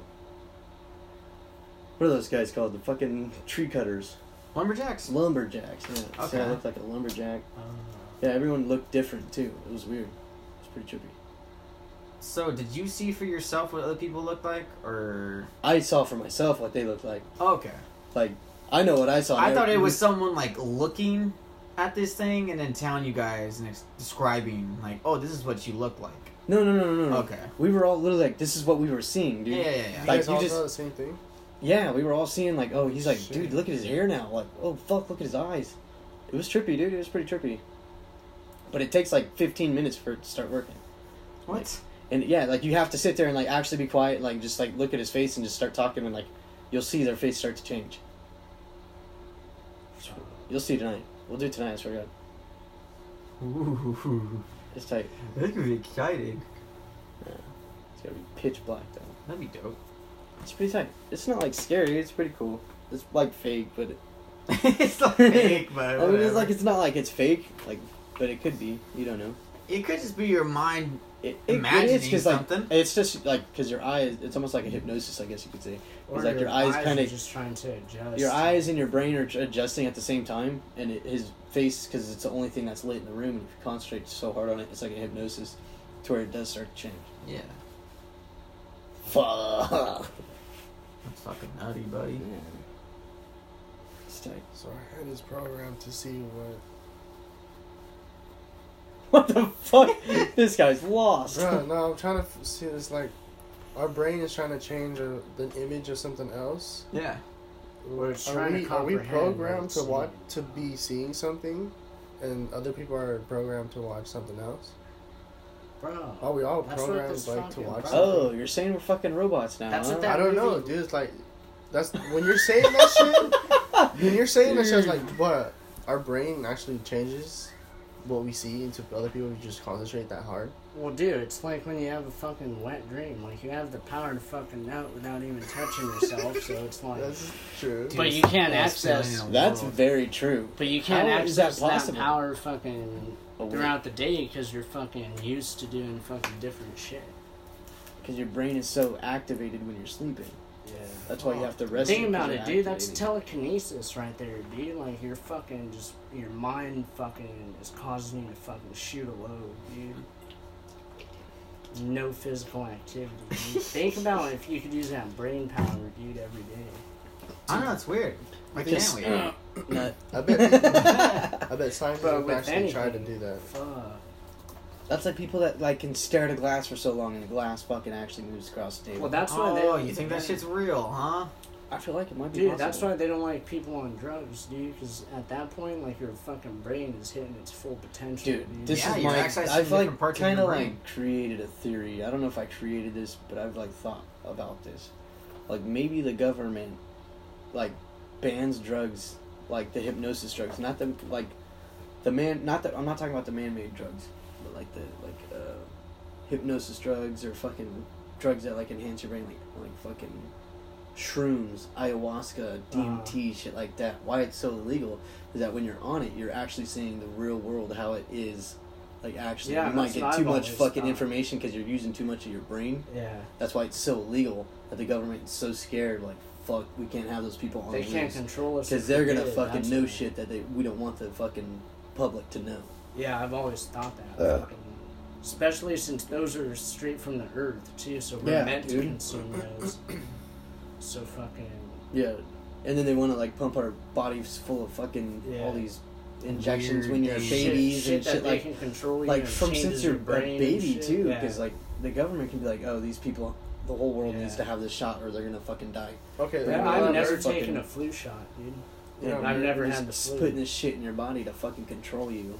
Speaker 3: what are those guys called? The fucking tree cutters.
Speaker 1: Lumberjacks.
Speaker 3: Lumberjacks. Yeah. So
Speaker 1: Okay.
Speaker 3: I looked like a lumberjack.
Speaker 4: Uh,
Speaker 3: Yeah, everyone looked different too. It was weird. It was pretty trippy.
Speaker 1: So, did you see for yourself what other people look like, or Oh,
Speaker 3: I saw for myself what they looked like.
Speaker 1: okay?
Speaker 3: Like I know what I saw.
Speaker 1: I thought
Speaker 3: They-
Speaker 1: it was someone like looking at this thing and then telling you guys and ex- describing like, oh, this is what you look like.
Speaker 3: No, no, no, no, no.
Speaker 1: Okay.
Speaker 3: We were all literally like, this is what we were seeing, dude.
Speaker 1: Yeah, yeah, yeah.
Speaker 2: You
Speaker 1: yeah.
Speaker 3: Like,
Speaker 2: guys
Speaker 3: you
Speaker 2: all
Speaker 3: just-
Speaker 2: saw the same thing?
Speaker 3: Yeah, we were all seeing like, oh, he's like,
Speaker 2: Shit.
Speaker 3: dude, look at his hair now. Like, oh fuck, look at his eyes. It was trippy, dude. It was pretty trippy. But it takes like 15 minutes for it to start working.
Speaker 1: What?
Speaker 3: and yeah, like you have to sit there and like actually be quiet, like just like look at his face and just start talking, and like you'll see their face start to change. You'll see tonight. We'll do it tonight. I swear to God,
Speaker 1: Ooh,
Speaker 3: it's tight.
Speaker 1: that could be exciting.
Speaker 3: It's gotta be pitch black though.
Speaker 1: That'd be dope.
Speaker 3: It's pretty tight. It's not like scary. It's pretty cool. It's like fake, but it,
Speaker 1: it's like fake, but
Speaker 3: I mean, it's
Speaker 1: whatever.
Speaker 3: like it's not like it's fake, like, but it could be. You don't know.
Speaker 1: it could just be your mind.
Speaker 3: It, it, it
Speaker 1: Imagining
Speaker 3: is 'cause, like,
Speaker 1: something.
Speaker 3: it's just like because your eyes. It's almost like a hypnosis, I guess you could say.
Speaker 4: or
Speaker 3: like your eyes
Speaker 4: are
Speaker 3: kinda-
Speaker 4: just trying to adjust.
Speaker 3: your eyes and your brain are adjusting at the same time, and it, his face because it's the only thing that's lit in the room. And if you concentrate so hard on it, it's like a hypnosis, to where it does start to change.
Speaker 1: Yeah,
Speaker 3: Fuck.
Speaker 1: that's fucking nutty, buddy.
Speaker 3: It's tight.
Speaker 2: So our head is programmed to see what.
Speaker 3: What the fuck? this guy's lost.
Speaker 2: Bruh, no, I'm trying to f- see. It's like our brain is trying to change a, an image of something else.
Speaker 1: Yeah,
Speaker 4: Or it's
Speaker 2: Are
Speaker 4: trying to
Speaker 2: we, are we
Speaker 4: comprehend
Speaker 2: programmed
Speaker 4: what's
Speaker 2: to
Speaker 4: seen.
Speaker 2: watch to be seeing something, and other people are programmed to watch something else?
Speaker 4: Bro.
Speaker 2: Are we all
Speaker 4: That's what
Speaker 2: programmed
Speaker 4: this
Speaker 2: like to
Speaker 4: fucking
Speaker 2: watch?
Speaker 4: problem-
Speaker 2: something?
Speaker 3: oh, you're saying we're fucking robots now?
Speaker 4: That's
Speaker 3: huh?
Speaker 4: what
Speaker 2: I
Speaker 4: that-
Speaker 2: don't know,
Speaker 4: movie-
Speaker 2: dude. It's like That's when you're saying that shit. When you're saying that shit, I was like, what? Our brain actually changes what we see into other people. if You just concentrate that hard.
Speaker 4: Well, dude, it's like when you have a fucking wet dream. Like, you have the power to fucking know it without even touching yourself, so it's like.
Speaker 2: That's true.
Speaker 4: But you can't
Speaker 1: Best feeling
Speaker 4: access-
Speaker 1: in the
Speaker 3: That's
Speaker 1: world.
Speaker 3: very true.
Speaker 4: But you can't
Speaker 3: How is that
Speaker 4: access that,
Speaker 3: possible?
Speaker 4: power fucking
Speaker 3: Oh,
Speaker 4: throughout the day because you're fucking used to doing fucking different shit.
Speaker 3: Because your brain is so activated when you're sleeping.
Speaker 4: Yeah.
Speaker 3: That's why you have to rest.
Speaker 4: Oh. Think
Speaker 3: it 'cause
Speaker 4: about
Speaker 3: you're
Speaker 4: it, dude. That's
Speaker 3: activating.
Speaker 4: telekinesis right there, dude. Like you're fucking just your mind fucking is causing you to fucking shoot a load, dude. No physical activity. dude. Think about if you could use that brain power, dude, every day.
Speaker 1: I don't know. It's weird. Why can't
Speaker 3: Yes.
Speaker 1: we?
Speaker 2: I bet. I bet scientists
Speaker 4: But
Speaker 2: have
Speaker 4: with
Speaker 2: actually tried to
Speaker 4: anything-
Speaker 2: do that.
Speaker 4: Fuck.
Speaker 3: That's like people that like can stare at a glass for so long and the glass fucking actually moves across the table.
Speaker 4: Well, that's why.
Speaker 1: Oh,
Speaker 4: they,
Speaker 1: you think that shit's real, huh?
Speaker 3: I feel like it might be.
Speaker 4: Dude, that's
Speaker 3: possible.
Speaker 4: why they don't like people on drugs, dude. Because at that point, like your fucking brain is hitting its full potential.
Speaker 3: Dude, this
Speaker 1: Yeah,
Speaker 3: is
Speaker 1: you're
Speaker 3: my.
Speaker 1: accessing
Speaker 3: I've
Speaker 1: different
Speaker 3: like
Speaker 1: parts of your
Speaker 3: kind of
Speaker 1: brain.
Speaker 3: like created a theory. I don't know if I created this, but I've like thought about this. Like maybe the government, like, bans drugs, like the hypnosis drugs, not the like, the man. Not that I'm not talking about the man-made drugs, but like the like, uh, hypnosis drugs or fucking drugs that like enhance your brain, like like fucking shrooms, ayahuasca, DMT,
Speaker 1: Uh-huh.
Speaker 3: shit like that. Why it's so illegal is that when you're on it, you're actually seeing the real world how it is. Like actually,
Speaker 4: Yeah,
Speaker 3: you might
Speaker 4: that's
Speaker 3: get
Speaker 4: what
Speaker 3: too
Speaker 4: I've
Speaker 3: much
Speaker 4: always
Speaker 3: fucking
Speaker 4: thought.
Speaker 3: information because you're using too much of your brain.
Speaker 4: Yeah,
Speaker 3: That's why it's so illegal that the government is so scared. Like fuck, we can't have those people on
Speaker 1: Oh,
Speaker 4: they
Speaker 3: the
Speaker 4: can't control us
Speaker 3: because
Speaker 4: if
Speaker 3: they're
Speaker 4: we
Speaker 3: gonna
Speaker 4: did,
Speaker 3: fucking
Speaker 4: that's
Speaker 3: know
Speaker 4: why.
Speaker 3: shit that they we don't want the fucking public to know.
Speaker 4: Yeah, I've always thought that.
Speaker 3: Uh.
Speaker 4: fucking, especially since those are straight from the earth too, so we're
Speaker 3: Yeah,
Speaker 4: meant
Speaker 3: dude.
Speaker 4: to consume those. so fucking
Speaker 3: Yeah, and then they want to like pump our bodies full of fucking
Speaker 4: Yeah.
Speaker 3: all these injections
Speaker 1: Weird
Speaker 3: when you're
Speaker 1: damn
Speaker 3: babies
Speaker 4: shit,
Speaker 3: and
Speaker 4: shit
Speaker 3: shit
Speaker 4: that
Speaker 3: like
Speaker 4: they can control you
Speaker 3: like
Speaker 4: and
Speaker 3: from
Speaker 4: changes
Speaker 3: since you're
Speaker 4: your
Speaker 3: a
Speaker 4: brain and
Speaker 3: baby
Speaker 4: shit.
Speaker 3: too,
Speaker 4: Yeah.
Speaker 3: because like the government can be like, oh, these people, the whole world needs
Speaker 4: Yeah.
Speaker 3: to have this shot or they're gonna fucking die.
Speaker 2: Okay. uh,
Speaker 4: Yeah,
Speaker 3: Yeah,
Speaker 4: I've
Speaker 3: I'm
Speaker 4: never
Speaker 3: fucking-
Speaker 4: taken a flu shot, dude.
Speaker 2: Yeah,
Speaker 4: I've never
Speaker 3: Just
Speaker 4: had the flu.
Speaker 3: putting this shit in your body to fucking control you.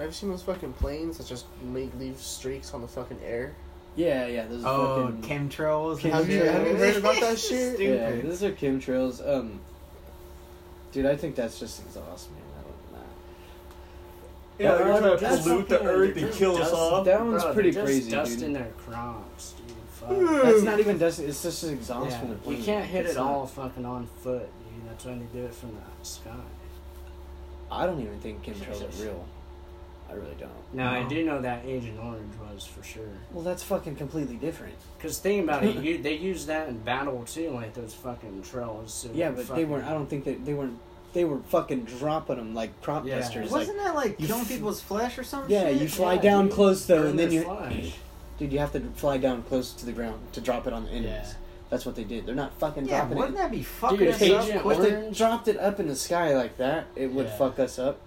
Speaker 2: I've seen those fucking planes that just make leave streaks on the fucking air.
Speaker 3: Yeah, yeah. Those are
Speaker 1: Oh,
Speaker 3: fucking.
Speaker 1: chemtrails. and
Speaker 2: Have you,
Speaker 1: shit.
Speaker 2: have you heard about that shit?
Speaker 1: Stupid.
Speaker 3: yeah, those are chemtrails. Um, dude, I think that's just exhaust, man. I don't know. Yeah, they're
Speaker 4: uh,
Speaker 3: gonna
Speaker 4: pollute the earth and kill us all.
Speaker 3: That one's
Speaker 4: Bro,
Speaker 3: pretty
Speaker 4: they're just
Speaker 3: crazy,
Speaker 4: dust
Speaker 3: dude.
Speaker 4: in their crops, dude. Fuck.
Speaker 3: That's not even dust. It's just an exhaust
Speaker 4: Yeah,
Speaker 3: from the
Speaker 4: you
Speaker 3: plane.
Speaker 4: can't hit
Speaker 3: It's
Speaker 4: it
Speaker 3: not-
Speaker 4: all fucking on foot, dude. That's why they do it from the sky.
Speaker 3: I don't even think chemtrails are real. I really don't.
Speaker 4: Now I
Speaker 1: No.
Speaker 4: do know that Agent Orange was for sure.
Speaker 3: Well, that's fucking completely different.
Speaker 4: Cause think about it, you, they used that in battle too, like those fucking trails. So
Speaker 3: Yeah, but they
Speaker 4: fucking-
Speaker 3: weren't. I don't think that they weren't. They were fucking dropping them like crop
Speaker 4: Yeah.
Speaker 3: dusters. Like,
Speaker 1: Wasn't that like
Speaker 3: you
Speaker 1: killing
Speaker 3: f-
Speaker 1: people's flesh or something?
Speaker 3: yeah, you fly
Speaker 4: Yeah,
Speaker 3: down
Speaker 4: dude.
Speaker 3: close though,
Speaker 4: Burn
Speaker 3: and then
Speaker 4: their
Speaker 3: you,
Speaker 4: flesh.
Speaker 3: dude, you have to fly down close to the ground to drop it on the enemies.
Speaker 4: Yeah.
Speaker 3: That's what they did. They're not fucking
Speaker 1: Yeah,
Speaker 3: dropping
Speaker 1: wouldn't
Speaker 3: it.
Speaker 1: that be fucking
Speaker 4: Dude,
Speaker 1: us
Speaker 4: hey,
Speaker 1: up
Speaker 4: Agent
Speaker 1: quick?
Speaker 3: if they
Speaker 4: orange?
Speaker 3: dropped it up in the sky like that, it would
Speaker 4: Yeah.
Speaker 3: fuck us up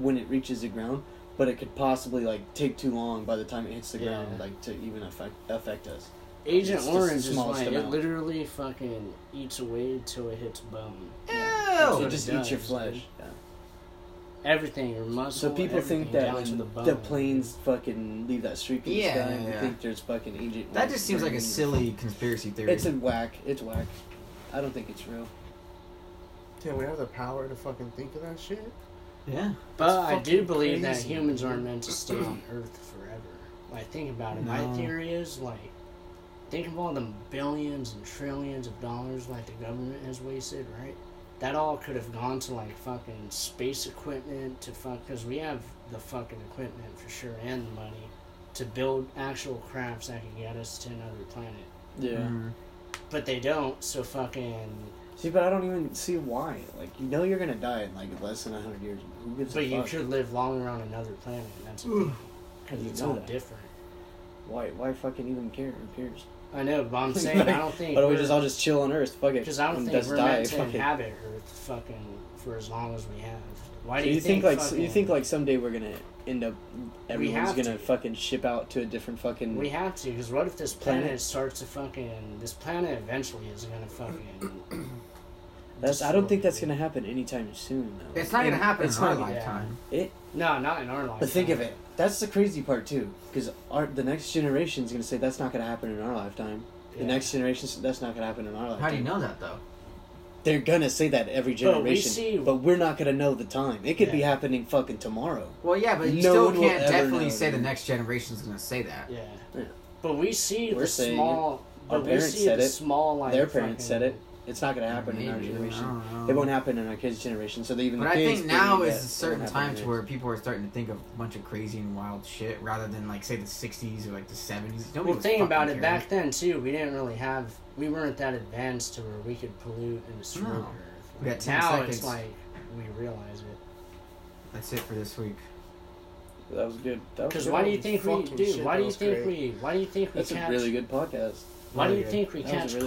Speaker 3: when it reaches the ground. But it could possibly like take too long by the time it hits the
Speaker 4: Yeah.
Speaker 3: ground, like to even affect affect us.
Speaker 4: Agent
Speaker 3: It's just the
Speaker 4: Orange is
Speaker 3: smallest
Speaker 4: like it
Speaker 3: amount.
Speaker 4: literally fucking eats away till it hits bone.
Speaker 1: Ew!
Speaker 4: what
Speaker 3: Oh, it
Speaker 4: it
Speaker 3: just eats your
Speaker 4: does,
Speaker 3: flesh.
Speaker 4: dude.
Speaker 3: Yeah.
Speaker 4: Everything, your muscle.
Speaker 3: So people think
Speaker 4: everything
Speaker 3: that
Speaker 4: down
Speaker 3: when
Speaker 4: to
Speaker 3: the,
Speaker 4: the, bone.
Speaker 3: planes fucking leave that streak in
Speaker 1: Yeah,
Speaker 3: the sky,
Speaker 1: yeah,
Speaker 3: and
Speaker 1: yeah.
Speaker 3: you think there's fucking agent.
Speaker 1: That
Speaker 3: Orange
Speaker 1: just seems like a
Speaker 3: burning.
Speaker 1: silly conspiracy theory.
Speaker 3: It's a whack. It's whack. I don't think it's real.
Speaker 2: Damn, we have the power to fucking think of that shit.
Speaker 1: yeah.
Speaker 4: But I do
Speaker 3: fucking
Speaker 4: believe that
Speaker 3: crazy,
Speaker 4: humans
Speaker 3: dude.
Speaker 4: are meant to stay on Earth forever. Like, think about it.
Speaker 1: No.
Speaker 4: My theory is, like, think of all the billions and trillions of dollars, like, the government has wasted, right? That all could have gone to, like, fucking space equipment to fuck. Because we have the fucking equipment for sure and the money to build actual crafts that can get us to another planet.
Speaker 3: Yeah.
Speaker 1: Mm.
Speaker 4: But they don't, so fucking.
Speaker 3: See, but I don't even see why. Like, you know, you're gonna die in like less than hundred years. Who gives
Speaker 4: But
Speaker 3: a
Speaker 4: you
Speaker 3: fuck?
Speaker 4: could live longer on another planet, and that's because
Speaker 3: You
Speaker 4: it's
Speaker 3: know
Speaker 4: all
Speaker 3: that.
Speaker 4: different.
Speaker 3: Why? Why fucking even care? Who cares?
Speaker 4: I know, but I'm saying I don't think.
Speaker 3: Why don't we
Speaker 4: we're-
Speaker 3: just all just chill on Earth? Fuck it.
Speaker 4: Because I don't
Speaker 3: And
Speaker 4: think
Speaker 3: just
Speaker 4: we're
Speaker 3: die.
Speaker 4: meant to
Speaker 3: Fuck it.
Speaker 4: inhabit Earth fucking for as long as we have. Why
Speaker 3: So
Speaker 4: do
Speaker 3: you, think, like so
Speaker 4: fucking,
Speaker 3: you think like someday we're gonna end up everyone's
Speaker 4: have
Speaker 3: gonna
Speaker 4: to.
Speaker 3: fucking ship out to a different fucking
Speaker 4: we have to? Because what if this planet,
Speaker 3: Planet?
Speaker 4: starts to fucking this planet eventually is gonna fucking.
Speaker 3: That's. I don't think that's
Speaker 4: destroy
Speaker 3: gonna happen anytime soon. Though.
Speaker 1: It's not gonna
Speaker 3: And
Speaker 1: happen
Speaker 3: it's
Speaker 1: in our
Speaker 3: not-
Speaker 1: lifetime.
Speaker 3: It.
Speaker 4: No, not in our life.
Speaker 3: But think of it. That's the crazy part too, because our the next generation's gonna say that's not gonna happen in our lifetime. The
Speaker 4: Yeah.
Speaker 3: next generation, that's not gonna happen in our lifetime.
Speaker 1: How do you know that though?
Speaker 3: They're gonna say that every
Speaker 4: But
Speaker 3: generation,
Speaker 4: we
Speaker 3: but,
Speaker 4: see-
Speaker 3: we are not gonna know the time. It could be
Speaker 4: Yeah.
Speaker 3: happening fucking tomorrow.
Speaker 1: Well, yeah, but you
Speaker 3: No
Speaker 1: still
Speaker 3: one will
Speaker 1: can't
Speaker 3: ever
Speaker 1: definitely
Speaker 3: know,
Speaker 1: say the
Speaker 3: dude.
Speaker 1: next generation's gonna say that.
Speaker 4: Yeah.
Speaker 3: Yeah.
Speaker 4: But we see
Speaker 3: We're
Speaker 4: the
Speaker 3: saying
Speaker 4: small.
Speaker 3: our
Speaker 4: But we
Speaker 3: parents
Speaker 4: see
Speaker 3: said
Speaker 4: the
Speaker 3: it,
Speaker 4: small like
Speaker 3: Their parents
Speaker 4: fucking-
Speaker 3: said it. It's not gonna happen in our
Speaker 1: Maybe, I
Speaker 3: generation.
Speaker 1: don't know.
Speaker 3: It won't happen in our kids' generation. So they even.
Speaker 1: Um, But
Speaker 3: the
Speaker 1: I
Speaker 3: kids
Speaker 1: think now
Speaker 3: believe
Speaker 1: is
Speaker 3: that
Speaker 1: a
Speaker 3: it
Speaker 1: certain
Speaker 3: won't happen
Speaker 1: time
Speaker 3: in
Speaker 1: to
Speaker 3: theirs.
Speaker 1: where people are starting to think of a bunch of crazy and wild shit rather than like say the '60s or like the '70s. Nobody
Speaker 4: Well,
Speaker 1: was
Speaker 4: think about
Speaker 1: fucking
Speaker 4: it. Back then too, we didn't really have. We weren't that advanced to where we could pollute and destroy
Speaker 1: No.
Speaker 4: the Earth.
Speaker 1: We got 10
Speaker 4: now
Speaker 1: seconds.
Speaker 4: it's like we realize it.
Speaker 1: caring. That's it for this week.
Speaker 3: That was good. That was
Speaker 4: Because
Speaker 3: good.
Speaker 4: why do you
Speaker 2: Holy
Speaker 4: think we
Speaker 2: fucking
Speaker 4: do?
Speaker 2: shit,
Speaker 4: Why
Speaker 2: that
Speaker 4: do you
Speaker 2: was
Speaker 4: think
Speaker 2: great.
Speaker 4: we? Why do you think we
Speaker 3: That's
Speaker 4: catch?
Speaker 3: a really good podcast.
Speaker 4: Why do you
Speaker 1: Yeah.
Speaker 4: think we
Speaker 3: That was a
Speaker 4: catch
Speaker 3: really